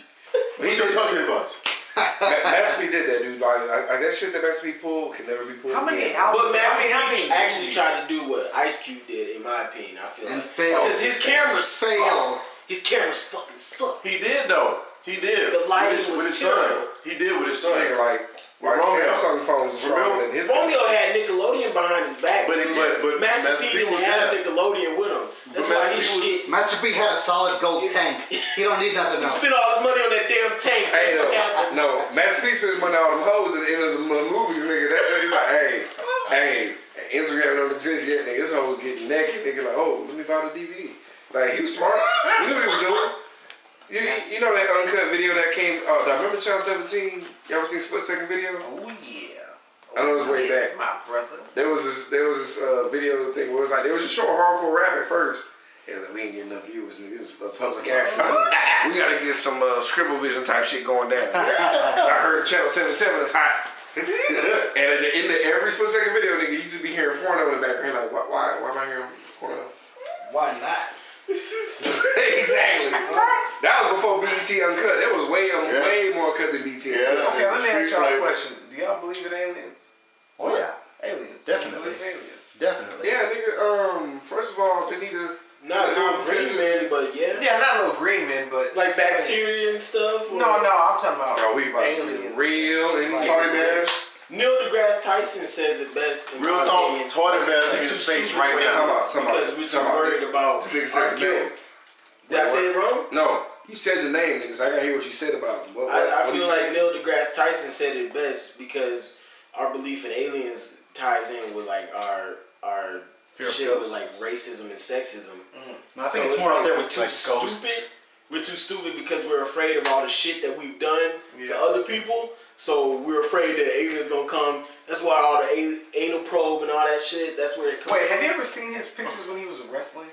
G: What you talking about?
B: Ma- Master P did that, dude. Like, like, like that shit that Master P pulled can never be pulled.
C: How many
B: again.
C: albums?
E: But Master
C: I mean, how many
E: P actually
C: movies?
E: tried to do what Ice Cube did, in my opinion. I feel
F: And
E: like
F: failed.
E: because his cameras
F: Failed.
E: suck. His cameras fucking suck.
G: He did though. He did.
E: The lighting
G: with his,
E: was
G: with his son.
E: terrible.
G: He did with his
B: Nigga,
G: son.
B: like, like
G: Romeo.
B: Samsung phones is stronger than
G: Romeo.
B: his.
E: Romeo had Nickelodeon behind his back,
G: But it- but- but
E: Master,
G: Master
E: P
G: P
E: didn't
G: was
E: have
G: bad.
E: Nickelodeon with him. That's
G: But
E: why
G: Master
E: his
G: P was-
E: shit.
F: Master P had a solid gold tank. He don't need nothing
E: (laughs) He
F: else.
E: spent all his money on that damn tank.
B: Hey,
E: That's what
B: no,
E: (laughs) happened.
B: no. Master P spends money on them hoes at the end of the mo- movies, nigga. That's what he's like, hey, hey, Instagram don't exist yet, nigga. This hoe's getting naked, nigga. Like, oh, let me buy the DVD. Like, he was smart. He knew what he was doing. You, you- you know that uncut video that came out? Uh, remember Channel 17? Y'all ever seen Split Second Video?
C: Oh yeah.
B: I know it's way
C: Yeah,
B: back.
C: My brother.
B: There was this, there was this uh, video thing where it was like, there was a short hardcore rap at first. It was like, we ain't getting enough viewers, nigga. This is a public access. (laughs) we gotta get some uh, scribble vision type shit going down.
G: (laughs)
B: So I heard Channel 77 is hot. and at the end of every split second video, nigga, you just be hearing porno in the background. Like, why, why, why am I hearing porno? (laughs)
C: Why not?
B: exactly.
G: (laughs)
B: that was before BET Uncut. That was way, um,
G: Yeah.
B: way more uncut than BET
G: Yeah.
B: Uncut.
C: Okay, let me ask
G: Street
C: y'all a
G: flavor.
C: question. Do y'all believe in aliens?
F: Oh yeah,
C: Aliens.
F: Definitely.
C: Do you believe in aliens?
F: definitely.
B: Yeah, nigga, um, first of all, they need to.
E: Not no green man, but yeah.
C: Yeah, not little green men, but
E: Like bacteria and stuff. or-
C: No, no, I'm talking about.
B: Bro, we about to
C: aliens.
B: get real and
G: Tardy Bears.
E: Neil deGrasse Tyson says it best. in my
G: Real talk.
E: opinion,
G: Tardy Bears
E: Too
G: in his face
E: stupid
G: right
E: for
G: now.
B: Talk about- talk about-
E: Because we're too
B: talk about
E: worried
B: it.
E: about
B: This nigga
E: our
B: said the
E: kill.
B: name.
E: Did I say it wrong?
B: No, you said the name, niggas. I gotta hear what you said about him. What, what,
E: I, I
B: what he
E: feel
B: said.
E: like Neil deGrasse Tyson said it best because our belief in aliens ties in with like our our
F: of
E: shit with like
F: ghosts. Mm-hmm.
E: racism and sexism.
F: I think
E: So
F: it's more
E: like
F: up there
E: we're
F: with
E: too
F: like ghosts.
E: Stupid. We're too stupid because we're afraid of all the shit that we've done to
C: Yeah.
E: other people. So we're afraid that aliens gonna come. That's why all the a- anal probe and all that shit. That's where it comes.
C: Wait,
E: from.
C: have you ever seen his pictures when he was wrestling?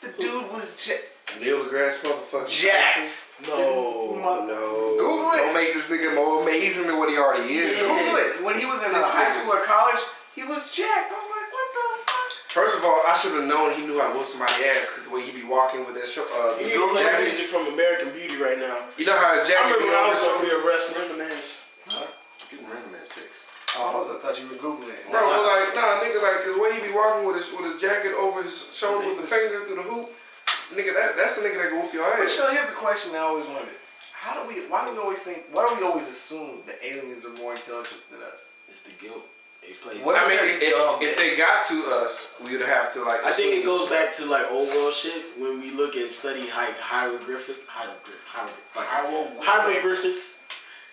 C: The dude was ja-
B: Neil deGrasse motherfucker.
C: jacked. Oh,
E: No.
B: No.
C: Google it.
B: Don't make this nigga more amazing than what he already is.
C: Google it. When he was in uh,
B: This
C: high
B: nigga's-
C: school or college, he was jacked. I was like, what the fuck?
B: First of all, I should have known he knew how to whoop somebody's ass because the way he be walking with that show. Uh, the
E: You
B: Google
E: play
B: jacket.
E: music from American Beauty right now.
B: You know how his jacket
E: I remember
B: be
E: when I
B: on
E: was
B: the show?
E: gonna be a wrestler.
G: Getting random ass chicks.
C: Oh, I, was, I thought you were googling it.
B: Bro, but like, nah, nigga, like, 'cause the way he be walking with his, with his jacket over his shoulder with the finger through the hoop, nigga, that, that's the nigga that can whoop your
C: But
B: ass.
C: you know, here's the question I always wondered: How do we? Why do we always think? Why do we always assume that aliens are more intelligent than us?
E: It's the guilt. It plays.
C: What-
B: I mean,
C: Okay,
B: if,
C: dumb.
B: if they got to us, we would have to like.
E: I think it
B: assume it's-
E: goes back to like old world shit when we look at study hi- hieroglyphic hieroglyph hieroglyph
C: Hieroglyphics.
E: hieroglyphics,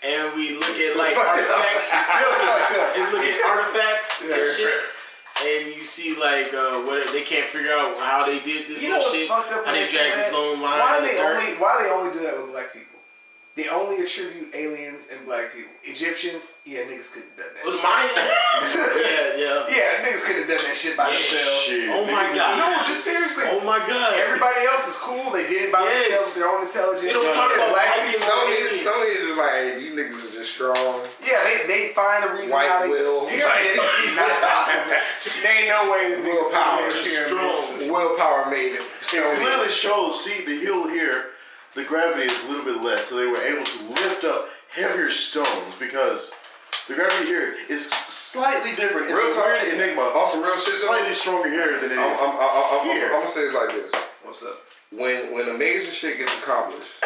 E: and we look at like
C: fuck it up. (laughs)
E: artifacts
C: Fuck it up.
E: and look at artifacts and shit. and you see like uh, what they can't figure out how they did this
C: You know
E: little
C: what's
E: shit.
C: fucked up?
E: how
C: when
E: they
C: say
E: dragged this
C: that?
E: long line.
C: Why
E: in
C: do
E: the
C: they
E: dirt.
C: only why they only do that with black people? They only attribute aliens and black people. Egyptians, yeah, niggas couldn't have done that.
E: With
C: shit. (laughs)
E: Maya? yeah, yeah.
C: Yeah, niggas couldn't have done that shit by themselves.
G: Shit.
E: Oh my
G: niggas-
E: god.
C: No, just seriously.
E: Oh my god.
C: Everybody else is cool. They did it by
E: Yes.
C: themselves. Their own intelligence.
E: You don't talk about
C: black
E: liking
C: people.
B: Stoney Stoney is just like, hey, you niggas are just strong.
C: Yeah, they, they find a reason
B: White
C: how (laughs) they.
B: will.
C: Pyramids not
E: (laughs)
C: possible. There ain't no way that niggas
B: Willpower.
C: could build
E: Just
C: pyramids.
B: Willpower made it.
G: It
B: Stoney.
G: clearly shows, see, the hill here, the gravity is a little bit less, so they were able to lift up heavier stones because the gravity here is slightly different. It's
B: Real
G: a
B: talk.
G: weird enigma.
B: Also, real shit. though,
G: slightly stronger here than it
B: I'm, I'm,
G: is
B: I'm, I'm, I'm,
G: here.
B: I'm gonna say it's like this:
C: What's up?
B: when when amazing shit gets accomplished,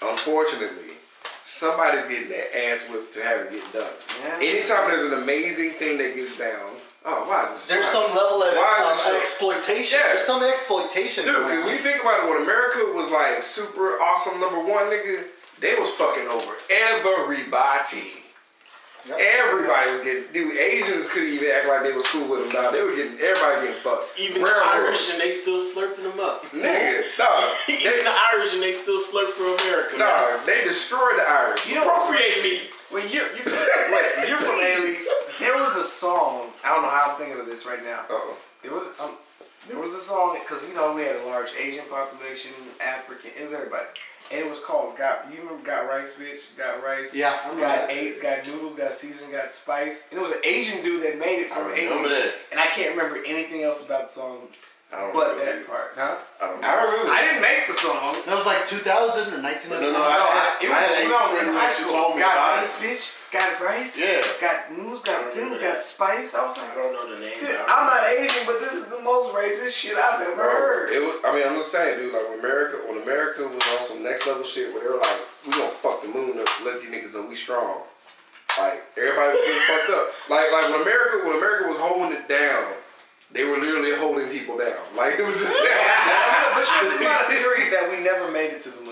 B: unfortunately, somebody's getting their ass whipped to have it get done.
C: Yeah.
B: Anytime there's an amazing thing that gets down, oh, why is this?
F: There's
B: why-
F: some level of, um,
B: Why is
F: of
B: this so-
F: exploitation.
B: Yeah.
F: There's some exploitation.
B: Dude,
F: going
B: because
F: on.
B: when you think about it, when America was like super awesome number one, nigga, they was fucking over everybody.
F: Yep.
B: Everybody was getting dude. Asians couldn't even act like they was cool with them now. They were getting everybody getting fucked.
E: Even the Irish
B: Railroads.
E: and they still slurping them up.
B: nigga,
E: (laughs)
B: dog.
E: Even the Irish and they still slurp for America.
B: Dog, they destroyed the Irish.
C: You know what's
E: Appropriate me.
C: Well, you you wait, you're from Italy. There was a song. I don't know how I'm thinking of this right now.
B: Uh-oh.
C: There was um, there was a song because you know we had a large Asian population, African. It was everybody, and it was called "Got." You remember "Got Rice, bitch"? Got rice.
F: Yeah, I remember
C: got
F: that.
C: eight. Got noodles. Got season. Got spice. And it was an Asian dude that made it from
G: I
C: Italy.
G: remember that.
C: And I can't remember anything else about the song,
B: I don't
C: but
B: know.
C: that part, huh?
B: (laughs) I don't know.
F: I remember.
C: I didn't make the song.
F: that was like 2000 or 1999.
G: No, no,
C: No,
G: I-
C: I, it was,
G: had
C: when
G: eight
C: I was in
G: friends
C: high
G: who
C: school.
G: told me
C: got
G: about
C: rice, bitch. Got rice.
G: Yeah.
C: Got noodles. Got dinner.
E: remember
C: Got
E: that.
C: spice. I was
E: I
C: like,
E: don't know the name.
C: Dude, I'm not Asian, but this is the most racist shit I've ever
B: Bro,
C: heard.
B: it was, I mean, I'm just saying, dude. Like when America, when America was on some next level shit, where they were like, "We gonna fuck the moon up, let these niggas know we strong." Like everybody was getting fucked up. Like, like when America, when America was holding it down, they were literally holding people down. Like it was just. (laughs)
C: Yeah, (laughs) but you know, there's a lot of theories that we never made it to the moon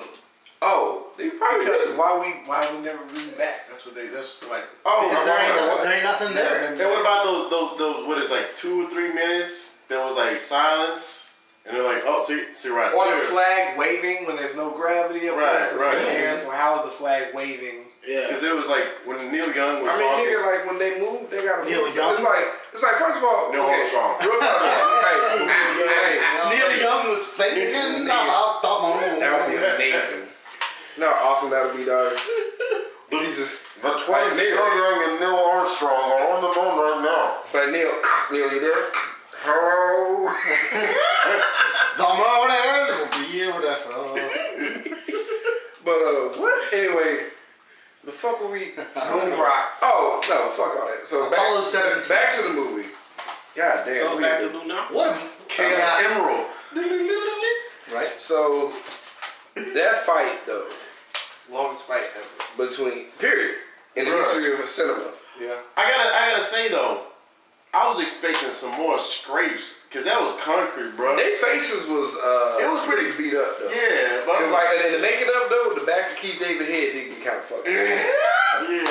B: oh, they probably
C: because
B: because
C: why we why we never been back? That's what they that's what somebody said.
B: oh,
F: Because there, ain't,
B: no,
F: no- there ain't nothing there.
G: And what about those those those what is like two or three minutes? There was like silence, and they're like, oh, so you- so you're right.
C: Or the
G: there.
C: flag waving when there's no gravity up
G: Right,
C: there. So
G: right.
C: it's in the air, so how is the flag waving?
E: Yeah.
G: Because it was like when Neil Young was
B: I mean,
G: talking.
B: nigga, like when they move, they gotta
F: Neil
B: move.
F: Young?
B: It's like, it's like first of all,
G: Neil Armstrong.
B: real talk, hey, hey,
F: Neil Young was singing.
B: Neil-
F: "Nah, I'll stop my own."
B: that would be amazing. No, awesome that'll be, dog. If you just
G: the twins
B: Like,
G: Neil
B: nigga.
G: Young and Neil Armstrong are on the moon right now.
B: Say Neil, Neil, you there? Hello.
F: The mornings will be beautiful.
B: But uh, what? Anyway, the fuck were we?
C: Moon rocks.
B: Oh no, fuck all that. So
F: Apollo
B: back,
F: 17.
B: back to the movie. God damn.
E: Go
B: we-
E: back to Luna.
F: What a
G: Chaos
F: Yeah.
G: Emerald.
F: Right?
B: So that fight though
C: Longest fight ever.
B: between period in the
G: Bruh.
B: history of cinema.
C: Yeah.
G: I gotta I gotta say though, I was expecting some more scrapes because that was concrete, bro.
B: They faces was uh,
G: It was pretty-
B: beat up though.
G: yeah, but I
B: Cause
G: was
B: like in the making up though, the back of Keith David head did get kind of fucked. up.
G: yeah,
B: It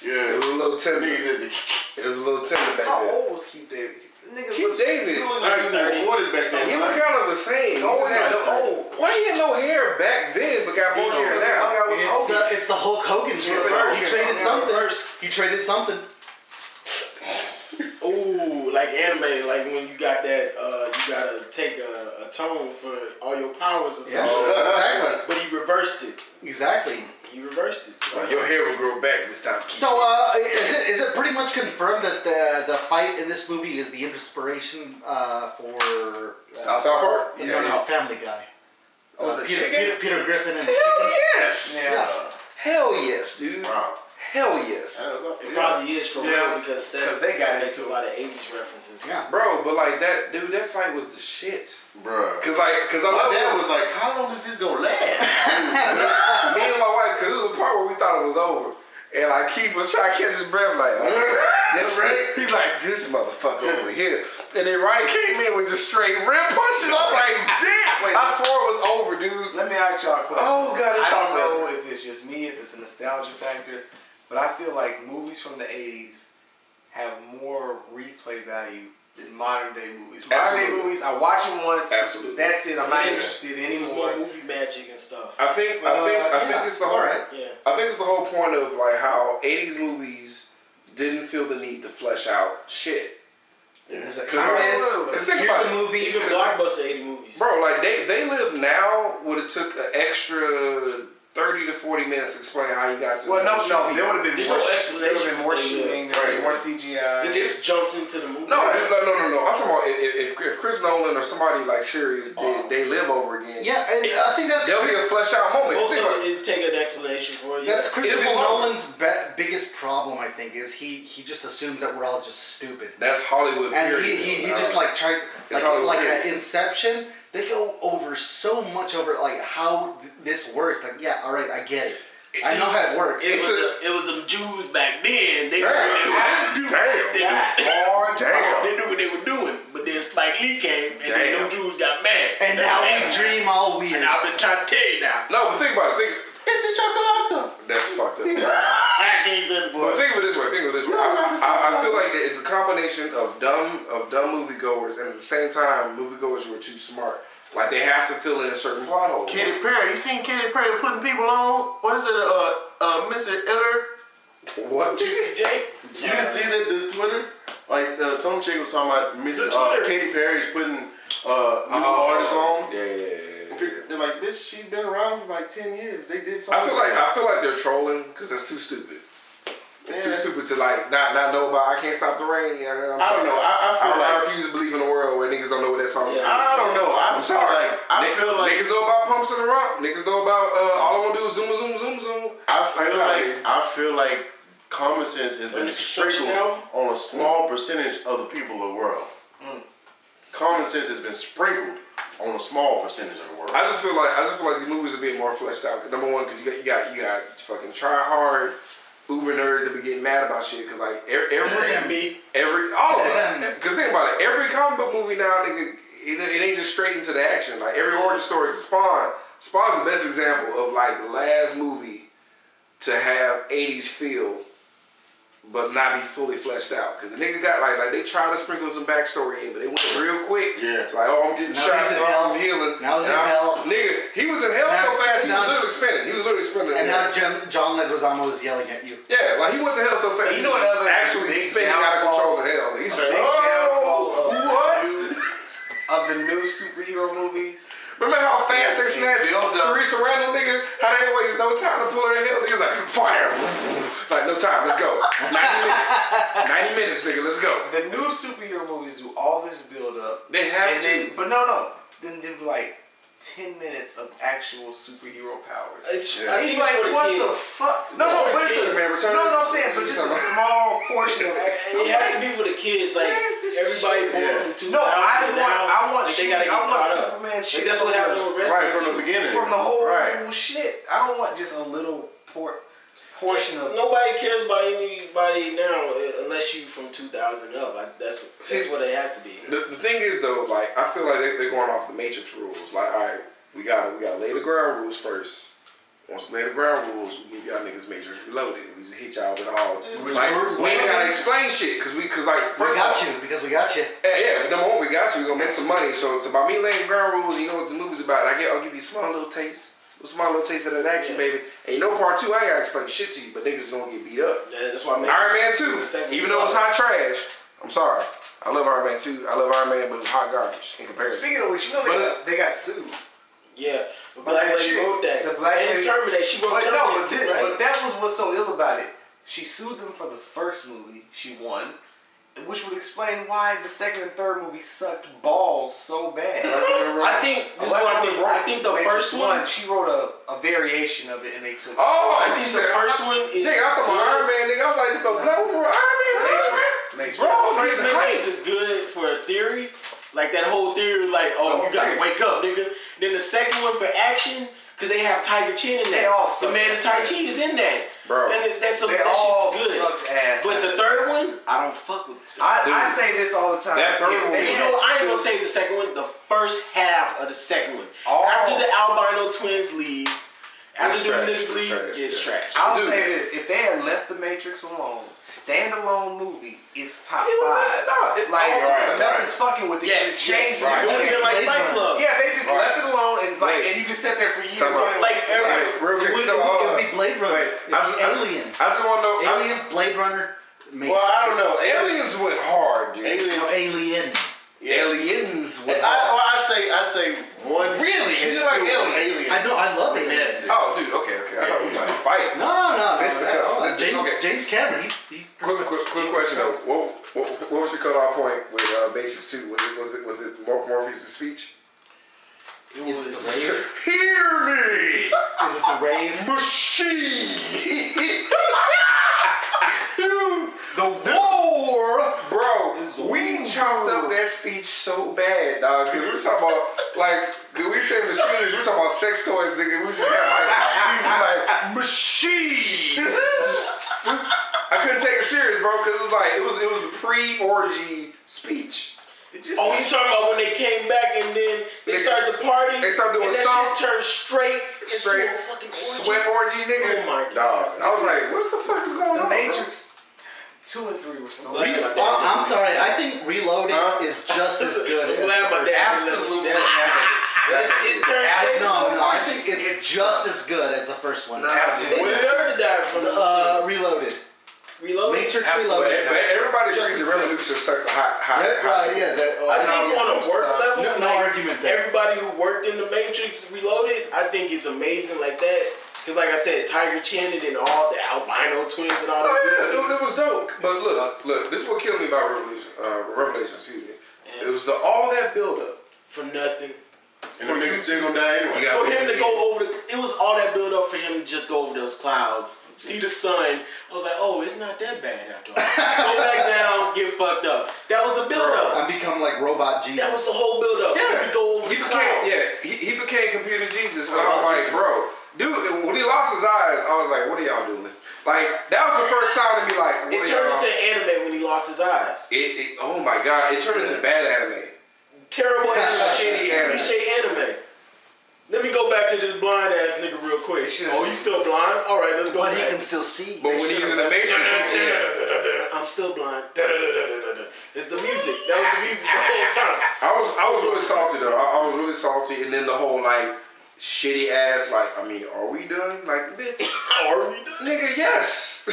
G: yeah.
B: was a little tender.
G: Niggas is-
B: It was a little tender back
C: How
B: then.
C: old was Keith David? Nigga,
B: Keith
C: look-
B: David.
G: He looked like he was recorded back
B: He
G: then.
B: looked
G: Like,
B: kind of the same. He
C: always
B: just had
C: had
B: no
C: the
B: old. Why he had no hair back then, but got more
G: You know,
B: hair
G: it's
B: now?
C: like I was
F: It's the, it's the Hulk Hogan shit.
C: reverse.
F: He traded
C: Yeah,
F: something. He traded something.
E: Ooh, like anime, like when you got that, uh, you gotta take a, a tone for all your powers or
F: Yeah,
E: something.
F: exactly.
E: But he reversed it.
F: Exactly.
E: He reversed it. So,
B: Your hair will grow back this time. Keith.
F: So, uh, is it is it pretty much confirmed that the the fight in this movie is the inspiration uh, for uh,
B: South Park?
F: Yeah, no, no, Family Guy.
C: Oh,
F: Uh,
C: the
F: Peter,
C: chicken?
F: Peter, Peter Griffin and
B: Hell
F: chicken.
B: yes.
C: Yeah.
B: Hell yes, dude.
G: wow.
B: Hell yes,
E: It probably is for
C: Yeah.
E: real because Seth
C: 'Cause they got
E: makes
C: into
E: a lot of 80s references.
F: Yeah.
B: bro. But like that, dude. That fight was the shit.
G: Bruh.
B: Cause like, cause I
G: My
B: love
G: dad was like, how long is this gonna last?
B: (laughs)
G: (laughs)
B: me and my wife. Cause it was a part where we thought it was over. And like Keith was trying to catch his breath, like,
G: (laughs)
B: this, he's like, this motherfucker over here. And then Ronnie came in with just straight rib punches. I was like, damn.
C: Wait.
B: I swore it was over, dude.
C: Let me ask y'all a question.
B: Oh, God, it's
C: I don't
B: all
C: know if it's just me, if it's a nostalgia factor, but I feel like movies from the '80s have more replay value than modern day movies. Modern day
B: Absolutely.
C: movies, I watch them once.
B: Absolutely.
C: That's it. I'm not
E: Yeah.
C: interested
E: There's more
C: anymore.
E: movie magic and stuff.
B: I think I think
C: Uh,
B: I think
C: yeah,
B: it's the whole
C: alright.
E: Yeah.
B: I think it's the whole point of like how '80s movies didn't feel the need to flesh out shit.
F: There's a
B: Cause,
C: Absolutely.
B: cause think
F: Here's
B: about
F: the
B: it.
F: movie.
E: Even blockbuster 80 movies.
B: Bro, like they, they live now would have took an extra thirty to forty minutes to explain how you got to.
C: Well, no,
B: the
C: no,
B: shooting.
C: there would have been
E: There's
C: more.
E: no
C: sh-
E: explanation
C: there would have been more
E: for the-
C: shooting. There would have been more CGI.
E: It just jumped into the movie.
B: No, dude, no, no, no, no. I'm talking about if, if, if Chris Nolan or somebody like serious did they live over again.
F: Yeah, and I think that's
B: there'll be a flesh out moment.
E: Most of
B: Think about it.
E: it, it take an explanation for you.
F: that's Christopher
B: It'll be long.
F: Nolan's be- biggest problem. I think is he he just assumes that we're all just stupid.
B: That's Hollywood.
F: And
B: period,
F: he, he, he
B: though.
F: just like tried like,
B: all
F: like
B: weird.
F: at Inception. They go over so much over like how th- this works. Like yeah, all right, I get it. I know how it works.
E: It
B: It's
E: was,
B: a-
E: the, it was them Jews back then. They, they,
B: Damn.
E: they,
B: Damn.
E: Damn.
B: Damn.
E: they knew what they were doing. But then Spike Lee came and then
B: Damn.
E: them Jews got mad.
F: and now
E: (laughs)
F: we dream all weird.
E: And I've been trying to tell you now.
B: No, but think about it. Think it's a chocolate. That's fucked up.
F: I gave that
B: But think of it this way. Think of it this way. I, I, I feel like it's a combination of dumb of dumb moviegoers, and at the same time, moviegoers who are too smart. Like they have to fill in a certain plot hole.
G: Katy Perry, you seen Katy Perry putting people on? What is it, uh, uh, Mr. Iller?
B: What?
E: CJ?
G: You didn't see that the Twitter? Like uh, some chick was talking about Mrs. Uh, Katy Perry's putting uh, new artists on.
B: Yeah, yeah, yeah, yeah, yeah.
G: They're like, bitch, she been around for like ten years. They did something.
B: I feel like I feel like they're trolling because it's too stupid. It's too
G: Yeah.
B: stupid to like not not know about. I can't stop the rain. Yeah, I'm
G: I
B: sorry.
G: don't know. I, I feel
B: I, I
G: like
B: refuse to believe in a world where niggas don't know what that song is.
G: I don't know.
B: I'm
G: I feel
B: sorry.
G: like I
B: Nigg-
G: feel like
B: niggas know about pumps in the rock. Niggas know about uh, all I want to do is zoom, zoom, zoom, zoom.
G: I feel
B: Like,
G: like I feel like common sense has been
E: the construction
G: sprinkled
E: now?
G: on a small percentage of the people of the world.
B: Mm.
G: Common sense has been sprinkled on a small percentage of the world.
B: I just feel like I just feel like these movies are being more fleshed out. 'Cause Number one, because you got you got you got fucking try hard Uber nerds that be getting mad about shit. Because like e-, every every,
E: Me.
B: every all of us. Because think about it, every comic book movie now, nigga, it, it ain't just straight into the action. Like every origin story, Spawn, Spawn's the best example of like the last movie to have '80s feel. But not be fully fleshed out, cause the nigga got like like they tried to sprinkle some backstory in, but they went real quick.
G: Yeah.
B: it's like oh I'm getting
F: Now
B: shot,
F: he's
B: oh, I'm
F: in hell.
B: healing.
F: Now he's
B: And
F: in
B: I'm-
F: hell.
B: Nigga, he was in hell so
F: Now-
B: fast he was
F: now-
B: literally spinning. He was literally spinning.
F: And now
B: yeah.
F: John, John Leguizamo is yelling at you.
B: yeah, like he went to hell so fast.
C: You
B: he
C: know
B: was
C: another
B: actually
C: big
B: spinning out of
C: downfall-
B: control in hell. He's
C: big
B: like, oh,
C: downfall of-
B: what?
C: Of the new superhero movies,
B: Remember how fast they
C: Big
B: snatched
C: buildup.
B: Teresa Randall, nigga? How they waited no time to pull her in hell? Niggas like fire, like no time. Let's go. Ninety minutes. Ninety minutes, nigga. Let's go.
C: the new superhero movies do all this build up.
B: They have
C: and
B: to.
C: Then, but no, no. Then they like ten minutes of actual superhero powers.
E: It's, I
C: And
E: think
C: you're like,
E: it's for the
C: what
E: kids.
C: the fuck? No, no, but it's a,
B: Man, Return
C: no,
B: of-
C: no. I'm saying, but just a small portion of
E: It has to be for the kids, like
C: Where is this shit?
E: everybody born
G: Yeah.
E: from 2000
C: No, I
E: to
C: want,
E: now,
C: I want,
E: like,
C: shit,
E: they gotta get
C: I
E: caught
C: want
E: up.
C: Superman
E: Like,
C: shit.
E: that's what
C: from the-
E: happened on wrestling.
G: right from the beginning.
C: from the whole
G: Right.
C: shit. I don't want just a little por- portion of.
E: Nobody cares about anybody now uh, unless you from 2000 up. I, that's that's what it has to be.
B: (laughs) The, the thing is though, like I feel like they, they're going off the Matrix rules. Like, all right, we gotta we gotta lay the ground rules first. Once we lay the ground rules, we give y'all niggas Matrix Reloaded. We just hit y'all with all. Like,
F: we're-
B: we ain't gotta explain shit because we because like
F: We
B: first
F: got
B: off-
F: you because we got you.
B: Yeah, yeah. Number one, we got you. We gonna make some money. So it's about me laying ground rules. You know what the movie's about. I get I'll give you a small little taste. A small little taste of that action,
E: Yeah.
B: baby. And you know part two, I ain't gotta explain shit to you, but niggas don't get beat up.
E: That- That's why I'm
B: Iron Man 2, even though it's hot trash, I'm sorry. I love Iron Man 2. I love Iron Man, but it's hot garbage in comparison.
C: Speaking of which, you know they,
B: But-
C: got, they got sued.
E: Yeah, the black
C: that
E: lady
C: chick,
E: wrote that.
C: the black
E: and
C: lady-
E: Terminator. She wrote
C: But no,
E: Terminator.
C: but,
E: too,
C: thi-
E: right?
C: but that was what's so ill about it. She sued them for the first movie. She won, which would explain why the second and third movie sucked balls so bad.
E: I think this is what I think. I think the
C: Matrix
E: first one.
C: She wrote a, a variation of it, and they took.
B: oh,
C: it.
E: I think the
B: said,
E: first
B: I-
E: one is.
B: Nigga, I was talking about Iron Man, nigga. I was like, nigga, Black Widow, Iron Man, Iron Man.
C: Matrix.
B: Bro, I was
E: First
B: getting hyped.
E: Matrix is good for a theory, like that whole theory, like oh you gotta wake up, nigga. Then the second one for action, cause they have Tiger Chin in
C: They
E: that.
C: all suck.
E: the man of Tai Chi is in that.
B: Bro.
E: and it- that's a,
C: They
E: that
C: all
E: shit's good.
C: sucked ass.
E: But the third one, I don't fuck with.
C: I,
E: That.
C: I
B: Dude.
C: say this all the time.
B: That third
C: If
B: one
C: they
B: was-
E: you
C: had-
E: know, I ain't gonna say the second one. The first half of the second one,
C: Oh.
E: after the albino twins leave, After
B: trash.
E: doing this
B: It's
E: league,
B: trash.
E: it's
B: Yeah.
E: trash.
C: I'll
B: Dude.
C: say this: if they had left the Matrix alone, standalone movie, it's top
B: It would-
C: five.
B: no, it-
C: like
B: all right, all
C: nothing's fucking with it.
E: Yes,
C: It's
E: yes,
C: changed.
B: right.
C: the
B: It
E: would've been
C: game.
E: like Fight Club.
C: Yeah, they just
B: Right.
C: left it alone and like,
B: Wait.
C: and you just sat there for years.
B: Talk about-
C: going,
E: Like every
B: Alright, real quick,
F: It would,
B: so, hold
F: it would
B: on.
F: be Blade Runner.
B: Wait, I just- I just-
F: Alien.
B: I just want to know. I-
F: Alien, Blade Runner, Matrix.
G: Well, I don't know. Alien.
B: aliens went hard, dude.
G: Alien.
F: No, Alien.
G: Yeah.
B: Aliens
G: I,
B: went hard.
G: well, I say I say one.
B: Really?
G: and
B: You like
G: two are
B: aliens?
F: I know, I love Alien.
G: Yes.
B: Oh, dude. Okay, okay. I thought we were gonna fight.
F: No, no, no.
B: Fist
F: no,
B: cuffs.
F: no.
B: This-
F: James,
B: okay.
F: James Cameron, he's, he's
B: Quick, quick, quick question though. What, what, what was your cutoff point with uh, Matrix Two? Was it was it was it Mor- Morpheus' speech?
E: It was
F: Is it
B: Hear me,
F: the rave?
B: machine.
F: The war!
B: Bro, we chopped up that speech so bad, dog. Cause we were talking about like, cause we say machines, we were talking about sex toys, nigga. We just got like, we just like machines. I couldn't take it serious, bro, cause it was like it was it was the pre-orgy speech. It just
E: Oh, you talking about when they came back and then they
B: Nigga,
E: started the party?
B: they started doing
E: and that
B: stomp.
E: shit turned straight into
B: straight
E: a fucking orgy.
B: sweat orgy, nigga.
E: Oh my
B: Dog, I was like, what the fuck is going on? bro?
C: The Matrix two and three were so.
E: Glad my
C: bad.
E: dad-
F: I'm sorry, I think reloading is just
E: (laughs)
F: as good
E: I'm
F: as
E: glad my dad didn't
C: Absolutely
E: understand.
C: haven't.
B: That's
E: It, it turned
F: I,
E: straight
F: no,
E: into
F: no, I
E: orgy.
F: think it's,
C: It's-
F: just as good as the first one.
B: Absolutely.
E: What is that? Died from the
F: Uh,
E: machines.
F: reloaded.
E: Reload.
F: Matrix
B: But,
F: Reloaded.
B: eh, but everybody agrees
F: Justice
B: the revolution sucked a hot, hot,
F: Right,
B: hot.
F: right, yeah. That,
E: I think
F: oh,
E: on a work
C: sucks.
E: level,
F: No- no
E: like,
F: argument there.
E: Everybody who worked in the Matrix Reloaded, I think is amazing like that. Cause like I said, Tiger Channing and all the albino twins and all
B: Oh
E: that.
B: yeah, it, it was dope. But look, look, this is what killed me about Revolution, uh, Revelation. Excuse me. It was the all that build up.
E: for nothing.
G: And the niggas still gonna die anyway.
B: Yeah.
E: For him to go over, the, it was all that build up for him to just go over those clouds, see the sun. I was like, oh, it's not that bad after all.
B: (laughs)
E: go back down, get fucked up. That was the build up.
F: I become like Robot Jesus.
E: That was the whole build up. Yeah.
B: he,
E: go over the
B: became
E: clouds.
B: yeah, he, he became computer Jesus. And I was like, bro, dude, when he lost his eyes, I was like, what are y'all doing? Like that was the first time to be like, what are
E: It
B: y'all?
E: turned into anime when he lost his eyes.
B: it, it, oh my god, it turned into bad anime.
E: Terrible anime.
B: Shitty anime.
E: Cliche anime. Let me go back to this blind ass nigga real quick.
B: should've-
E: Oh, you still blind? All right, let's go
F: but he
E: back.
F: can still see.
B: But when he was in the Matrix, yeah.
E: I'm still blind. It's the music. That was the music the whole time.
B: I was I was really salty though. I, I was really salty, and then the whole like shitty ass like I mean, are we done? Like bitch,
E: (laughs) Are we done?
B: nigga, yes, (laughs)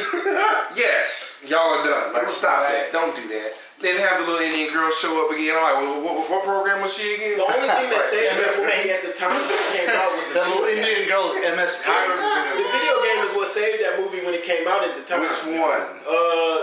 B: yes, y'all are done. Like stop that, don't do that. Then have the little Indian girl show up again. I'm like, well, what, what, what program was she again?
E: The only
B: (laughs)
E: thing that
B: Right.
E: saved that movie at the time that it came out was the
F: That little Indian girl's MS Paint.
E: The video game is what saved that movie when it came out at the time.
B: Which one? Oh,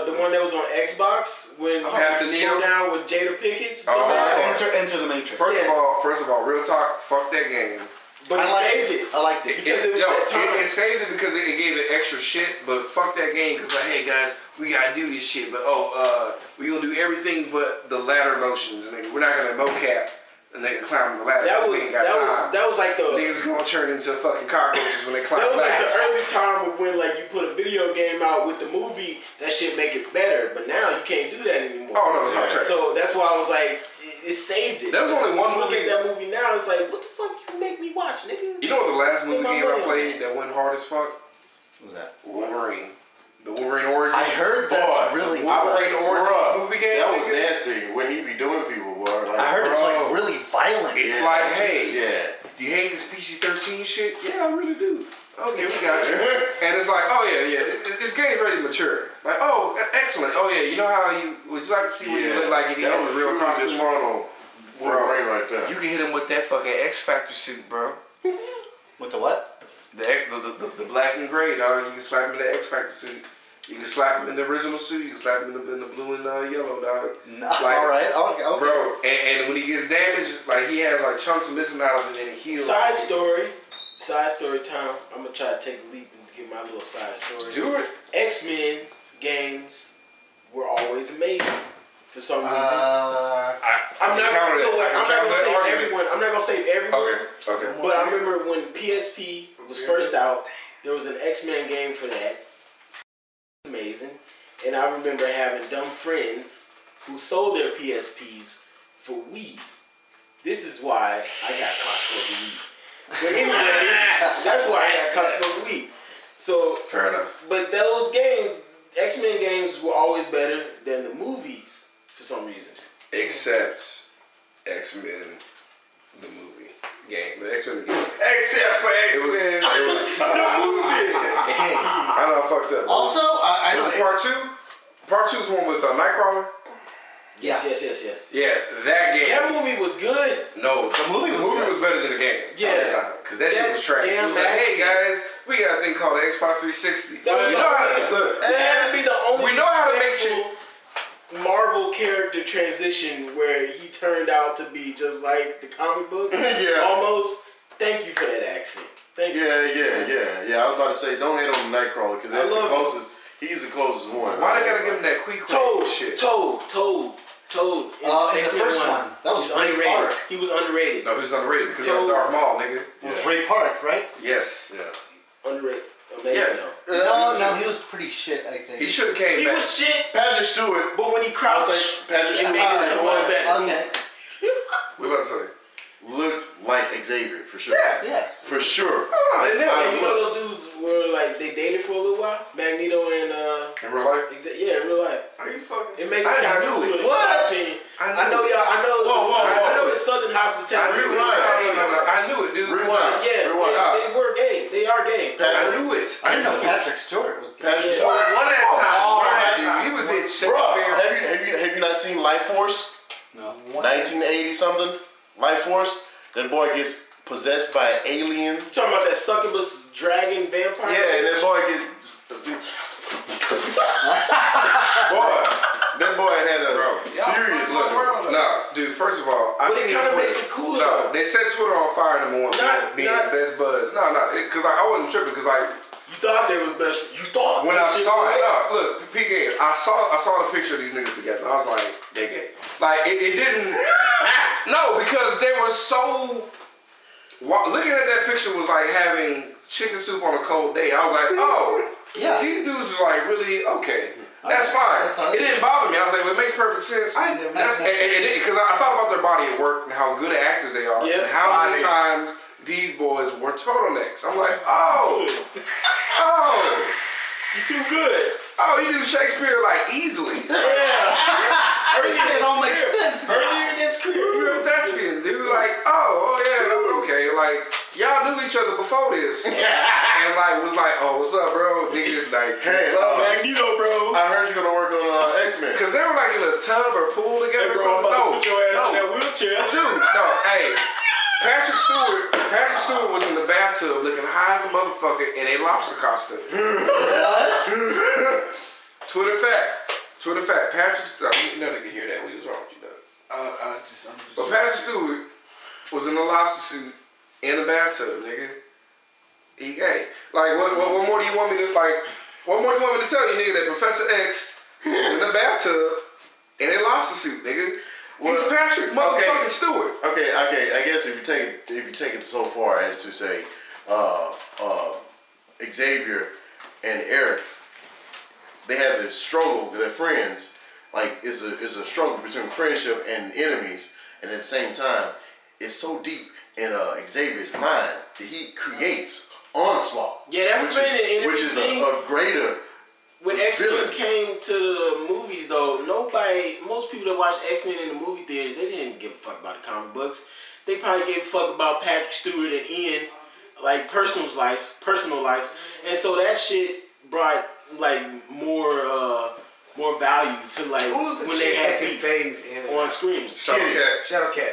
E: Uh, the one that was on Xbox when you
B: Half the Neo?
E: slow down with Jada Pickett.
B: Oh,
E: dumbass.
B: okay.
F: Enter, enter the Matrix.
B: First of
E: Yes.
B: all, first of all, real talk, fuck that game.
E: But
F: I
E: it
F: liked
E: saved it.
F: I liked it.
E: Because it was
B: yo,
E: that time.
B: It, it saved it because it, it gave it extra shit, but fuck that game. Cause like, hey guys, we gotta do this shit, but oh, uh, we gonna do everything but the ladder motions, nigga. We're not gonna mocap and they climb the ladder.
E: that
B: we
E: was
B: ain't got
E: that
B: time.
E: was that was like the
B: Niggas gonna turn into fucking cockroaches when they climb
E: that was like the
B: ladders.
E: early time of when like you put a video game out with the movie that shit make it better. But now you can't do that anymore.
B: Oh, no, it's not true.
E: So that's why I was like, it, it saved it.
B: There was only one
E: You look
B: movie-
E: at that movie now. It's like, what the fuck you make me watch, nigga?
B: you know what the last movie
E: Put my
B: game I
E: money on
B: played that went hard as fuck?
F: What was that?
B: Wolverine. The Wolverine Origins.
F: I heard that's
G: Boy,
F: really.
B: I
F: I,
B: like-
G: Bruh,
B: movie game,
G: That was
B: nigga.
G: nasty. When he be doing people, boy. Like,
F: heard it's
G: bro.
F: like really violent.
B: It's like, hey,
G: Yeah.
B: Do you hate the species 13 shit? Yeah, I really do. Okay, we got you. and it's like, oh yeah, yeah, th- th- this game's ready to mature. Like, oh, e- excellent. Oh yeah, you know how you would you like to see what you
G: Yeah.
B: look like if you
G: That
B: had
G: was
B: a real
G: truly
B: costume on?
G: disgruntled Wolverine right there.
B: You can hit him with that fucking X Factor suit, bro.
F: With the (laughs) what?
B: The, X- the, the, the, the black and gray, dog. You can slap him in the X Factor suit. You can slap him in the original suit. You can slap him in the, in the blue and uh, yellow, dog.
F: No, all right. Okay. okay.
B: Bro, and, and when he gets damaged, like he has like chunks missing out of it and it heals.
E: Side story, side story time. I'm gonna try to take a leap and give my little side story.
B: Do it.
E: X Men games were always amazing for some reason.
F: Uh,
B: I,
E: I'm not
B: counter
E: gonna,
B: that-
E: no,
B: I can
E: I'm not
B: counter
E: gonna
B: that
E: save
B: argument.
E: everyone. I'm not gonna save everyone.
B: Okay, okay.
E: But I remember when PSP was first out, there was an X Men game for that. It was Amazing, and I remember having dumb friends who sold their PSPs for weed. This is why I got caught smoking weed. But anyways, that's why I got cussed over the week. So
B: Fair enough.
E: But those games, X Men games, were always better than the movies for some reason.
B: Except X Men, the movie game, the X Men game. Except for X Men, it
E: (laughs)
B: was the movie. (laughs) I know I fucked up.
F: Also, I, I
B: was it
F: know.
B: part two? Part two is one with uh, Nightcrawler.
E: Yes, yes, yes, yes.
B: Yeah, that game.
E: That movie was good.
B: No, the movie, was, movie was better than the game.
E: Yeah.
B: because that, shit
E: That
B: was trash. It
E: damn
B: was like, hey
E: accent.
B: guys, we got a thing called the Xbox 360.
E: That was
B: you know how to,
E: okay.
B: look,
E: That had to be the only.
B: We know how to make
E: respectful Marvel character transition where he turned out to be just like the comic book.
G: Yeah.
E: Almost. Thank you for that accent. Thank you.
G: Yeah, yeah, yeah, yeah. I was about to say, don't hate on Nightcrawler because that's the
E: love him.
G: closest. He's the closest one.
B: why they gotta give him that quick
E: Toad,
B: shit?
E: Toad, Toad, Toad. in
F: Uh, in the
E: X-Men
F: first one, that was
E: He's
F: Ray
E: underrated.
F: Park.
E: He was underrated.
B: No, he was underrated because of
E: Toad.
B: Darth Maul, nigga.
F: It was Ray Park, right?
B: Yes. Yeah.
E: Underrated. Amazing
B: Yeah. Uh,
F: No,
E: though.
F: no, he was pretty shit. I think.
B: He should have came
E: He
B: back.
E: was shit,
G: Patrick Stewart.
E: but when he crouched,
G: I'll say Patrick
E: it made
G: Stewart.
E: it so much better.
F: Okay.
B: we about to say.
G: Looked like Xavier for sure.
F: Yeah.
G: For sure.
B: Oh, they
G: I
E: And you
G: look.
E: know those dudes were like they dated for a little while. Magneto and uh,
B: In real life.
E: exa- yeah, in real life.
B: Are you fucking?
E: It makes
B: I
E: it kind of
B: knew it.
E: cool. in my opinion.
B: I knew
E: I know
B: it.
E: y'all. I know.
G: Whoa,
E: the,
G: whoa,
E: I
G: whoa.
E: know the Southern
B: I
E: hospitality.
B: knew it.
G: Rewind.
B: I knew it, dude.
G: Rewind.
E: Yeah,
G: Rewind.
E: they, they were gay. They are gay.
B: I
G: Patrick,
B: knew it.
F: I didn't know Patrick Stewart was. Gay.
G: Patrick
E: Yeah.
G: Stewart.
B: One at a time.
G: Oh,
B: One
G: one
B: at
G: at
B: a
G: a
B: time. He was in
G: Bruh,
B: Shakespeare.
G: have you have you have you not seen Life Force?
F: No.
G: 1980 something. Life Force. That boy gets possessed by an alien.
E: You talking about that succubus dragon vampire?
G: Yeah, and that boy gets. boy, that boy had a
B: Bro, y'all
G: serious
C: fucking
G: look.
C: around.
B: Nah, dude. First of all, I
E: But it
B: seen
E: kinda
B: Twitter.
E: makes it cooler,
B: No,
E: though.
B: they set Twitter on fire in the morning.
E: Not-
B: being
E: not-
B: the best buzz. No, no, because I wasn't tripping. Because like
E: You thought they was best. You thought
B: When I
E: that shit
B: saw
E: was
B: it,
E: gay.
B: up, look, PK, I saw I saw the picture of these niggas together. I was like, they gay. Like it, it didn't. no, because they were so. wa- Looking at that picture was like having chicken soup on a cold day. I was like, oh,
F: Yeah.
B: These dudes are like really okay. That's fine.
F: that's all right.
B: it didn't bother me. I was like, well, it makes perfect sense.
C: I never-
B: because I, I thought about their body of work and how good actors they are.
E: Yeah.
B: And how many
E: Body.
B: times these boys were turtlenecks. I'm like, oh, oh.
E: You too good.
B: Oh, you do Shakespeare like easily.
E: Yeah.
F: It all makes sense.
E: Earlier in his career, he
B: You're
E: was-
B: Thespian, dude. Like, oh, oh yeah, no, okay. Like, y'all knew each other before
E: (laughs)
B: this, and like was like, oh, what's up, bro? Niggas like,
G: Hey,
B: love.
E: Magneto, bro.
G: I heard you're gonna work on uh, X Men.
B: Cause they were like in a tub or pool
E: Hey,
B: together. or
E: bro, I'm
B: something.
E: about
B: no,
E: to put your ass
B: no.
E: in that wheelchair.
B: Dude, no, hey. Patrick Stewart, Patrick Stewart was in the bathtub looking high as a motherfucker in a lobster
C: (laughs)
B: costume. Twitter fact. Twitter fact. Patrick Stewart. No, nigga, hear that. We was wrong with you, though.
C: Uh, I just, I'm just.
B: But Patrick Stewart was in a lobster suit in the bathtub, nigga. He gay. Like, what, what, what more do you want me to, like, what more do you want me to tell you, nigga, that Professor X was in the bathtub in a lobster suit, nigga? He's
G: Well,
B: Patrick motherfucking Stewart.
G: Okay, okay. I guess if you take it, if you take it so far as to say, uh, uh, Xavier and Eric, they have this struggle. They're friends. Like it's a it's a struggle between friendship and enemies. And at the same time, it's so deep in uh, Xavier's mind that he creates onslaught.
E: Yeah, that
G: which
E: friend and
G: is, which is a,
E: enemy
G: a greater.
E: When X Men
G: villain.
E: came to the movies, though, nobody, most people that watched X Men in the movie theaters, they didn't give a fuck about the comic books. They probably gave a fuck about Patrick Stewart and Ian, like personal life, personal life, and so that shit brought like more, uh more value to like
C: Who's the
E: when
C: chick
E: they
C: that
E: had
C: can
E: beef
C: phase in
E: on screen.
B: Shotgun Cat.
C: Shadow Cat?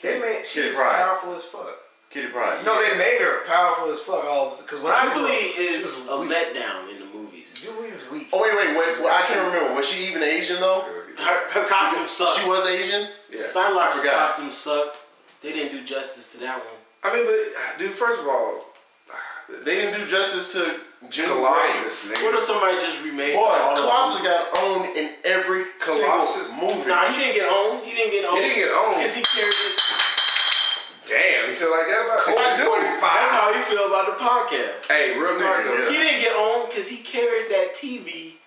C: They made she's
G: Pryde.
C: powerful as fuck.
G: Kitty Pryde.
C: No, they made her powerful as fuck. All because when I grew up,
E: Jubilee
C: she
E: is
C: was
E: a
C: weak.
E: letdown in the movies.
C: Julie's weak.
G: Oh wait, wait, wait. Well, I can't remember. Was she even Asian though?
E: Her, her costume sucked.
G: She was Asian.
B: Yeah.
E: Psylocke's
G: I forgot.
E: costume sucked. They didn't do justice to that one.
B: I mean, but, dude, first of all,
G: They didn't do justice to Jim Colossus.
B: Colossus,
E: What
B: nigga.
E: if somebody just remade?
G: Boy,
E: all of
G: Colossus
E: them?
G: got owned in every
B: Colossus-
G: Colossus movie.
E: Nah, he didn't get on. He didn't get on.
B: He didn't get on.
E: Cause he carried it.
B: Damn, you feel like that about it?
G: I do.
E: That's how he feel about the podcast.
B: Hey, real talk, though.
G: Yeah.
E: He didn't get on because he carried that TV,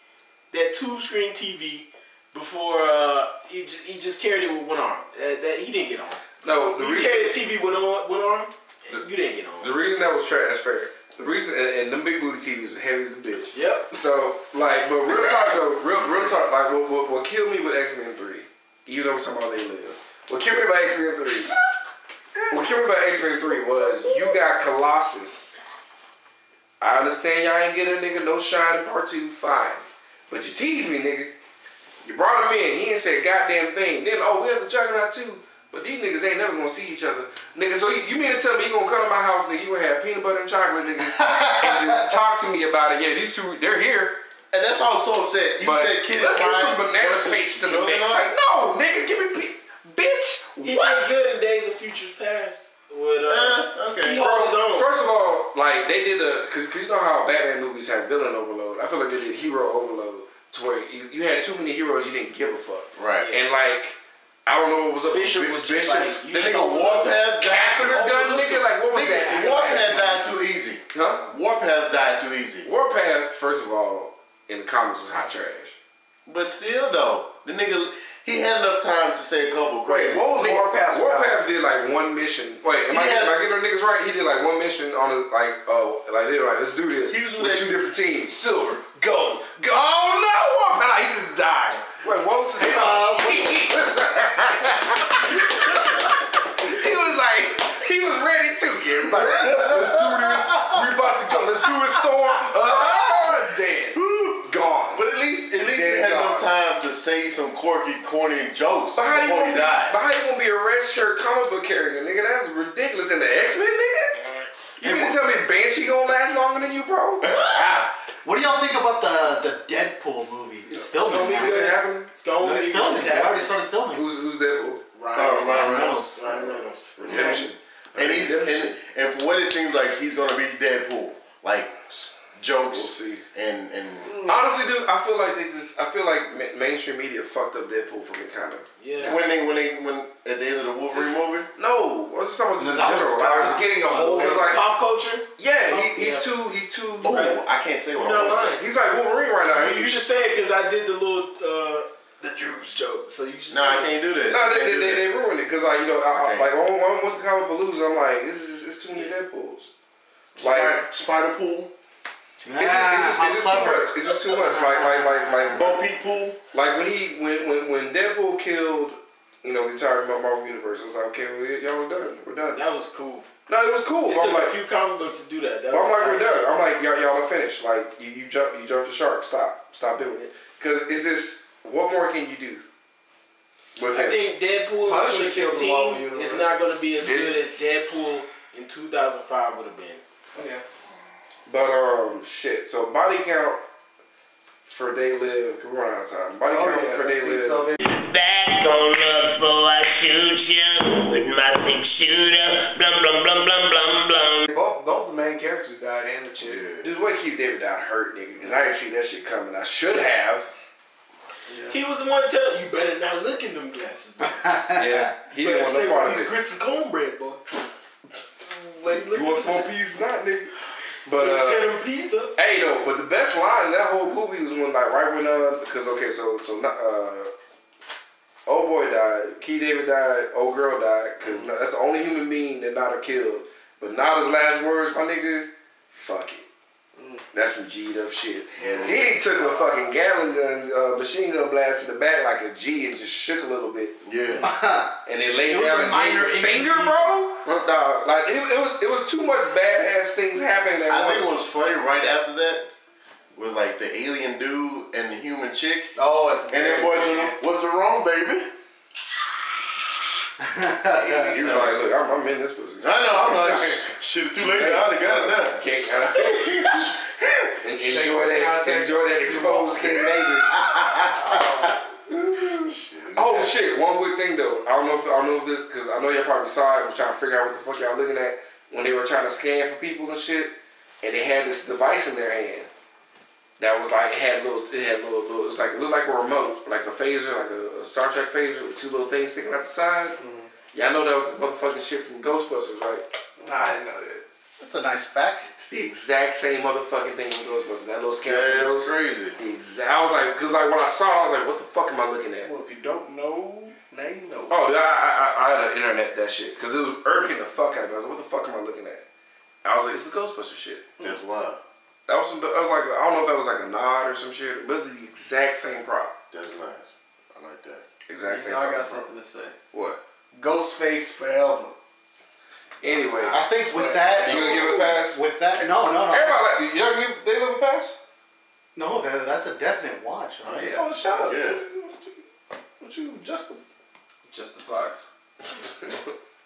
E: that tube screen TV, before uh, he just he just carried it with one arm. Uh, that he didn't get on.
B: No, the
E: You
B: reason,
E: carried the TV with on, one arm You didn't get on.
B: The reason that was trash, that's fair. The reason, and, and them big booty TVs are heavy as a bitch.
E: Yep.
B: So, like, but real talk though, real, real talk, like, what, what, what killed me with X Men 3, even though we're talking about They Live, what killed me about X Men 3, what killed me about X Men 3 was you got Colossus. I understand y'all ain't getting a nigga no shine in part two, fine. But you teased me, nigga. You brought him in. He ain't said goddamn thing. Then oh, we have the juggernaut too. But these niggas ain't never gonna see each other, nigga. So you, you mean to tell me you gonna come to my house, nigga? You gonna have peanut butter and chocolate,
G: (laughs)
B: nigga, and just talk to me about it? Yeah, these two, they're here.
G: And that's why I was so upset. You
B: But
G: said Kid
B: let's get some
G: Prime
B: banana
G: versus
B: paste in the
G: Golden
B: mix.
G: Eye.
B: Like, no, nigga, give me, pe- bitch.
E: He did
B: What?
E: good in Days of Futures Past. With, uh,
G: Uh, okay.
E: He held his own.
B: First of all, like they did a, cause, cause you know how Batman movies have villain overload. I feel like they did hero overload to where you, you had too many heroes you didn't give a fuck.
G: Right.
B: And like, I don't know what was up. with
E: Bishop
B: Bi-
E: was just
B: Bishop's-
E: like, you
G: The
E: just
G: nigga Warpath
B: Catherine
G: died.
B: Gunn, nigga, like what was that?
G: Nigga, Warpath died too easy.
B: Huh?
G: Warpath died too easy.
B: Warpath, first of all, in the comics was hot trash.
G: But still, though, the nigga, he had enough time to say a couple crazy. Nigga,
B: Warpath did like one mission. Wait, am I,
G: Yeah.
B: am I getting the niggas right? He did like one mission on a, like oh like they were like let's do this.
G: He was with
B: with
G: that-
B: two different teams, silver, gold, gold. Oh no, Warpath! Like, he just died. Wait, what was
G: uh,
B: his He was like, he was ready to get like, let's do this. We about to go. Let's do it, storm. Uh, dead, gone.
G: But at least, at least he
B: Dead
G: had
B: dog.
G: enough time to say some quirky, corny jokes
B: But how you
G: before
B: gonna
G: he
B: be?
G: died.
B: But how you gonna be a red shirt comic book character, nigga? That's ridiculous. And the X Men, nigga. You mean to tell me Banshee gonna last longer than you, bro?
E: Ah.
F: What do y'all think about the the Deadpool movie? It's filming.
E: gonna be
F: now.
B: Is that happening?
E: It's going
F: It's
E: to be
F: filming. They already started filming.
B: Who's who's Deadpool?
G: Oh, Ryan
F: Reynolds.
G: Reynolds.
E: Ryan Reynolds.
B: Redemption.
G: And he's and, and for what it seems like, he's gonna be Deadpool, like s- jokes
B: We'll see.
G: and and
B: Honestly, dude, I feel like they just. I feel like ma- mainstream media fucked up Deadpool for me, kind of.
E: Yeah.
G: when they when they when at the end of the Wolverine movie,
B: No, I was just talking about just in
F: That was
B: general. Like, I was
F: garbage.
B: getting a whole.
E: Because
B: Like,
E: pop culture,
B: yeah, he, he's
E: Yeah.
B: too. He's too.
G: oh, I can't say what
E: You're not
G: I want to
E: lying.
G: say.
B: He's like Wolverine right now. He-
E: you should say it because I did the little uh, the Jews joke. So you should.
G: No,
E: say
G: I
E: it.
G: can't do that.
B: No,
G: I
B: they,
G: can't
B: they,
G: do
B: they,
G: that.
B: they ruined it because like you know, I, I,
G: Okay.
B: like when when I went to Comic Palooza, I'm like, this is it's too many Deadpool's. Like
G: Spider- Spider Pool,
B: it's just, it's just, it's
F: Ah,
B: just too much. It's just too much. Like like like like
G: Bo Peep Pool.
B: like when he when when when Deadpool killed. You know the entire Mar- Marvel universe. I was like, okay, well, y'all we're done. We're done.
E: That was cool.
B: No, it was cool.
E: It
B: but I'm
E: took
B: like,
E: a few comic books to do that. that
B: But I'm
E: was
B: like, we're
E: tight.
B: done. I'm like, y'all, y'all are finished. Like, you, you jump, you jump the shark. Stop, stop doing it. Cause is this what more can you do? With
E: I
B: him?
E: think Deadpool
C: Punisher
E: in
C: killed the Marvel
E: 2015
C: universe.
E: is not going to be as
B: Did
E: good as Deadpool in 2005 would have been.
C: Oh, Yeah.
B: But um, shit. So body count for they live. 'cause We're running out of time. Body
C: Oh
B: count
C: yeah.
B: for they
C: let's see.
B: live.
C: So they
H: back on up before I shoot you with my six shooter. Blum blum blum blum blum blum.
C: both both the main characters died and the chick.
B: Just wait, keep David down hurt, nigga. Cause I didn't see that shit coming. I should have.
E: He was the one to tell you better not look in them glasses. Bro.
B: (laughs) Yeah. He
E: You
B: didn't
E: better
B: want
E: say
B: no part
E: with
B: of
E: these
B: it.
E: grits and cornbread, boy. Like, look,
B: You want some peas, not nigga. But
E: you
B: uh,
E: tear them pizza.
B: Hey though, but the best line in that whole movie was when like right when uh because okay so so not uh old boy died, Key David died, old girl died because that's the only human being that not killed. But not his last words, my nigga. Fuck it. That's some G'd up shit. Then he took a fucking Gatling gun, uh, machine gun blast in the back like a G and just shook a little bit.
G: Yeah,
B: (laughs) And they laid
F: It was
B: down
F: a
B: and
F: minor
B: gave him finger,
F: inconvenience.
B: bro. Nah, like it, it was it was too much badass things happening at
G: I
B: once.
G: think what was funny right after that was like the alien dude and the human chick,
C: Oh, at the
G: and that
C: very
G: boy
C: end.
G: told him, "What's the wrong, baby?"
B: He was like, look, I'm, I'm in this position.
G: I know. I'm (laughs) like, "Shit, too late. I done got it now."
B: Can't (laughs) en- enjoy that. Enjoy that exposed skin, baby. (laughs) oh shit! One quick thing though. I don't know if I don't know if this because I know y'all probably saw it. was trying to figure out what the fuck y'all looking at when they were trying to scan for people and shit, and they had this device in their hand that was like it had little it had little little it's like it looked like a remote, like a phaser, like a, a Star Trek phaser with two little things sticking out the side. Y'all know that was the motherfucking shit from Ghostbusters, right?
C: Nah, I didn't know that.
F: That's a nice fact.
B: It's the exact same motherfucking thing with Ghostbusters. That little scan
G: Yeah,
B: for
G: that's
B: those.
G: crazy.
B: The exact. I was like, cause like when I saw, it, I was like, what the fuck am I looking at?
C: Well, if you don't know, Now you know.
B: Oh, dude, I, I, I- I had to internet that shit because it was irking the fuck out of me. I was like, what the fuck am I looking at? I was like, it's the Ghostbuster shit.
G: That's love.
B: That was some. That was like I don't know if that was like a nod or some shit, but it's the exact same prop.
G: That's nice. I like that.
B: Exact same.
C: Now I
B: fucking prop.
C: got something to say.
B: What?
C: Ghostface forever.
B: Anyway,
F: I think with that,
B: You gonna give it a pass?
F: With that, no, no, no,
B: everybody like you don't give they live a pass.
F: no. That, that's a definite watch. Right?
B: Oh, shout out.
G: Yeah.
B: What you Justin?
C: Just the fox.
B: (laughs)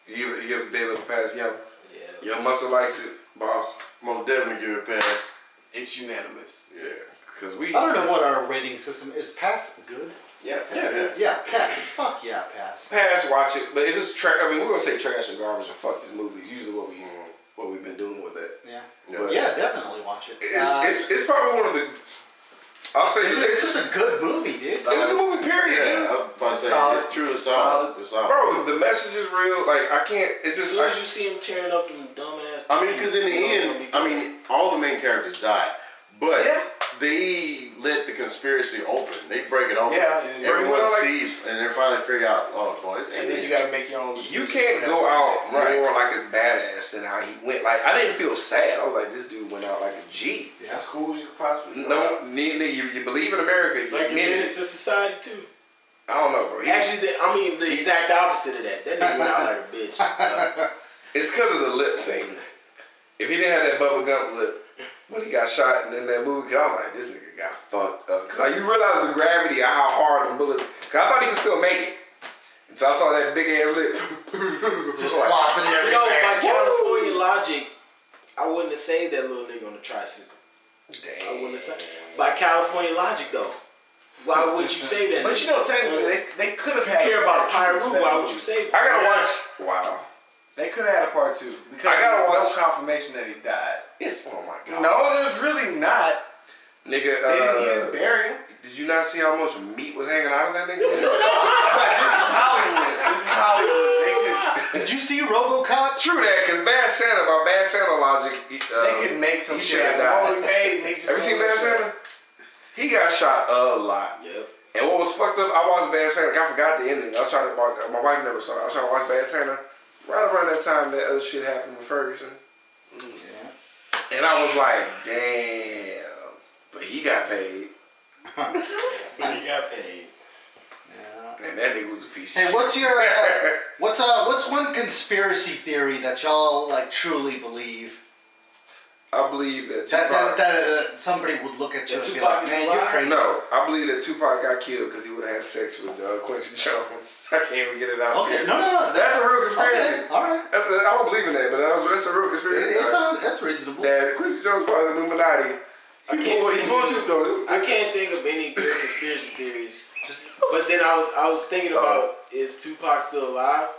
B: You give you give they live a pass, young.
E: Yeah.
B: Your muscle likes it, boss.
G: Most definitely give it a pass.
C: It's unanimous.
G: Yeah.
B: Cause we.
F: I don't know what our rating system is. Pass good.
G: Yeah. Yeah.
F: Yeah, pass. Fuck yeah, pass.
B: pass, watch it. But if it's trash, I mean, we're gonna say trash and garbage and fuck this movie. is Usually, what we what we've been doing with it.
F: Yeah,
G: Yeah.
F: yeah, definitely watch it.
B: It's,
F: Uh,
B: it's, it's probably one of the. I'll say
F: it's,
B: it's,
F: it's just a good movie, dude.
B: it's a movie period.
G: Yeah, I was about to say,
C: Solid.
G: it's true, it's solid. It's solid.
B: Bro, the message is real. Like I can't. It's
E: As
B: just
E: soon as you
B: like,
E: see him tearing up them dumbass.
G: I mean, because in the end, I mean, all the main characters die, but
B: Yeah.
G: they let the conspiracy open. They break it open.
C: Yeah, yeah.
G: everyone
B: Well, like-
G: sees, and they finally figure out. Oh, boy, it
C: And
G: ain't
C: then you
G: it.
C: gotta make your own.
B: you
C: decision.
B: can't go out
G: Right.
B: more like a badass than how he went. Like I didn't feel sad. I was like, this dude went out like a G.
C: As cool as you could possibly. go out.
B: No, ne- ne- you, you believe in America. You
E: Like
B: admit it.
E: it's to society too.
B: I don't know, bro. He-
E: Actually, the, I mean the exact opposite of that. That nigga went out like a bitch. Uh,
B: It's because of the lip thing. If he didn't have that bubble gum lip, when he got shot and in that movie, I was like, this nigga got fucked up. Because like, you realize the gravity of how hard the bullets. Cause I thought he could still make it. Until I saw that big ass lip. (laughs) Just like,
F: Flopping
E: you
F: everything.
E: know, by California logic, I wouldn't have saved that little nigga on the tricycle. I
B: damn.
E: wouldn't have saved. By California logic, though, why would you save that?
C: But
E: nigga?
C: you know, technically, they, they could have
E: If
C: had.
E: you care about
C: a
E: a
C: part
E: Pyro,
C: two to that
E: why
C: movie.
E: would you save?
B: I
E: that?
B: gotta watch. Wow.
C: They could have had a part two because
B: I gotta
C: there's
B: watch-
C: no confirmation that he died.
B: Yes. Oh my god.
C: No, there's really not.
B: Nigga,
C: They didn't
B: uh,
C: even bury him.
B: did you not see how much meat was hanging out of that
C: (laughs)
B: nigga?
C: this is Hollywood. This is Hollywood.
F: Did you see RoboCop?
B: True that, cause Bad Santa, by Bad Santa logic, he, uh,
C: They could, they could make some
B: he
C: shit.
B: should've
C: out
B: died.
C: of it. All they made, and they just
B: Have you seen
C: don't
B: Bad
C: show it.
B: Santa? He got shot a lot.
E: Yep.
B: And what was fucked up, I watched Bad Santa. I forgot the ending. I was trying to, my, my wife never saw it. I was trying to watch Bad Santa. Right around that time, that other shit happened with Ferguson.
E: Mm-hmm.
B: And I was like, damn. But he got paid.
E: (laughs) He got paid.
B: And that nigga was a piece of
F: Hey,
B: shit.
F: what's your uh, what's uh what's one conspiracy theory that y'all like truly believe
B: I believe that
F: that
B: Tupac.
F: that, that uh, somebody would look at you
E: That
F: and be
E: Tupac
F: like,
E: is
F: man,
E: alive."
F: you're crazy.
B: no, I believe that Tupac got killed because he would have had sex with uh, Quincy (laughs) Jones. I can't even get it out. here.
F: Okay, no, no, no.
B: That's a real
F: okay.
B: conspiracy.
F: All right,
B: That's a, I don't believe in that, but that was, that's a real conspiracy.
F: It- it's all, that's reasonable.
B: that Quincy Jones part of the Illuminati. He
E: can't
B: pulled, he pulled two though.
E: I can't think of any good conspiracy theories. But then I was I was thinking
F: Oh.
E: about is Tupac still alive?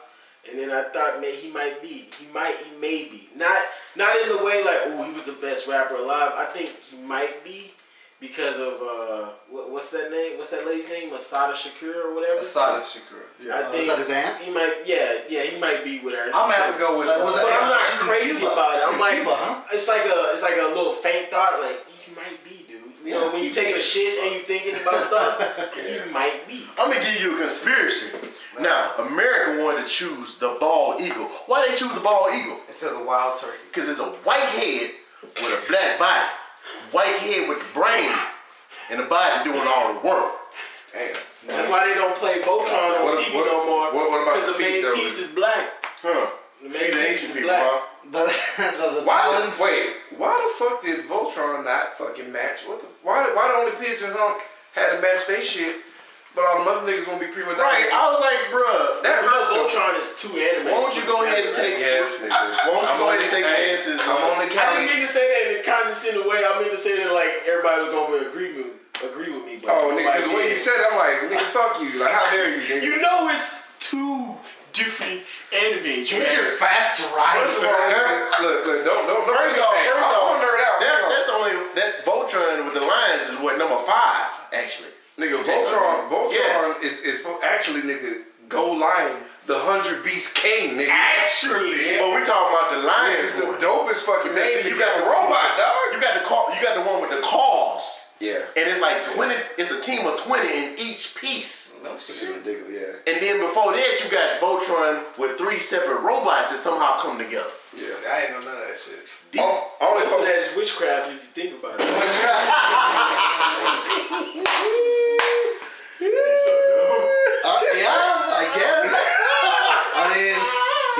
E: And then I thought man he might be. He might he may be. Not not in the way like, oh he was the best rapper alive. I think he might be because of uh what, what's that name? What's that lady's name? Asada Shakur or whatever.
C: Asada Shakur.
E: I
F: Uh,
E: think
F: was that his aunt?
E: he might yeah, yeah, he might be with her.
C: I'm gonna have to go with.
F: Like, was
E: But
F: that-
E: I'm not
F: She's in
E: crazy
F: Cuba.
E: about it.
F: She's
E: I'm
F: in
E: like,
F: Cuba, huh?
E: it's like a, it's like a little faint thought. Like he might be, dude. You know,
F: Yeah.
E: when you take a shit and you thinking about
B: (laughs)
E: stuff, he might be.
G: I'm gonna give you a conspiracy. Now, America wanted to choose the bald eagle. Why they choose the bald eagle?
C: instead of the wild turkey.
G: Because it's a white head with a black body. White head with the brain and the body doing all the work.
B: Damn.
E: That's why they don't play Voltron on
B: What-
E: TV
B: what-
E: no more.
B: what- what about
E: Because
B: the
E: the
B: feet,
E: main
B: though?
E: piece is black.
G: Huh.
E: The
G: Feed
E: main
G: the
E: piece
G: Asian
E: is
G: people,
E: black.
G: huh?
F: The, (laughs) the, the
B: Why?
F: talons.
B: The, wait, why the fuck did Voltron not fucking match? What the? Why? Why the only pigeon hunk had to match they shit, but all the mother niggas gonna be prima donna?
G: Right, I was like, bruh,
B: That
E: You know,
B: real Voltron.
E: Voltron is too animated.
G: why don't you go ahead and take
B: Yes, nigga.
G: Why don't you
B: I'm
G: go
B: only-
G: ahead and take
B: hey,
G: chances?
B: I'm
G: on-
B: only
E: I didn't
B: counting.
E: mean to say that in a condescending way. I meant to say that like everybody was gonna be agree with agree with me. But
B: Oh, nigga, 'cause
E: nobody
B: the way you
E: did.
B: said, it, I'm like, nigga, fuck you. Like, how dare you, nigga?
E: you know it's two different animes. You
F: Get
E: have
F: your facts
B: First of
F: right.
B: all, nigga, look, look, don't, don't, don't.
G: First off,
B: hey,
G: first
B: I'm
G: off,
B: gonna nerd out.
G: that,
B: First off.
G: that's only that Voltron with the lions is what number five actually.
B: Nigga, Voltron, Voltron
G: Yeah.
B: is is supposed- actually nigga Go Lion, the hundred beast king, nigga.
G: Actually, but we talking about the
B: this
G: lions.
B: is the
G: one.
B: dopest fucking
G: Because
B: name.
G: see,
B: You got a robot,
G: You
B: dog.
G: got the call. You got the one with the calls.
B: Yeah,
G: and it's like twenty. It's a team of twenty in each piece.
B: this is ridiculous. Yeah,
G: And then before fun with three separate robots that somehow come together.
C: See, I ain't know none of that shit.
B: O- Oh, Only
E: Most of
B: for
E: that is witchcraft if you think about it.
F: Uh, yeah, I guess.
B: (laughs)
F: I mean,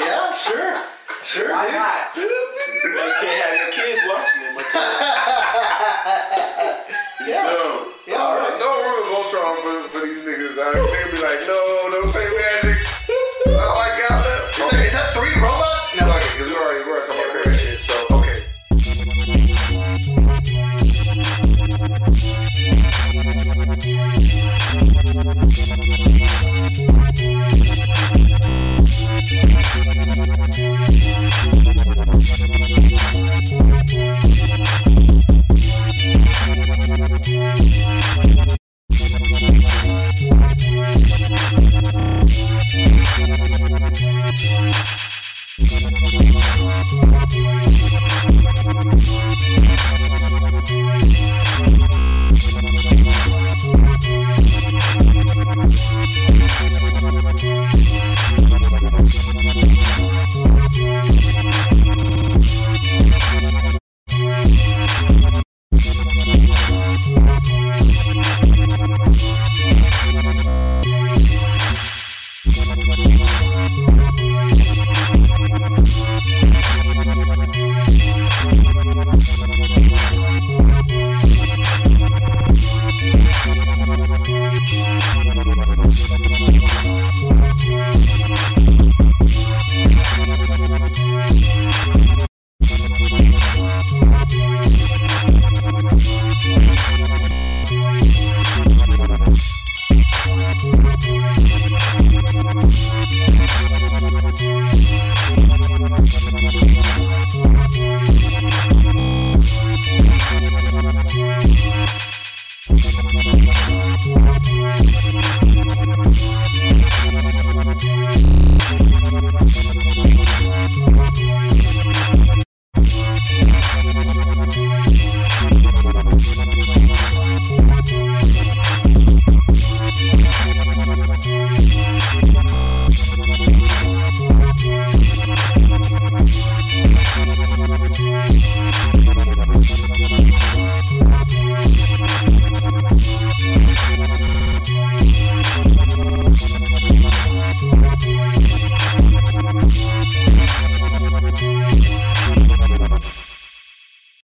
F: yeah, sure, sure.
C: Why
F: dude.
C: not?
E: Like, you can't have your kids watching it. But
F: Yeah,
B: no.
F: yeah, all right.
B: No room of Voltron for, for these niggas. Dog. They be like, no, don't say magic. All I got left.
F: Is that- is that three robots? No.
B: Fuck it, cause we already were talking about crazy shit. So okay.
H: Thank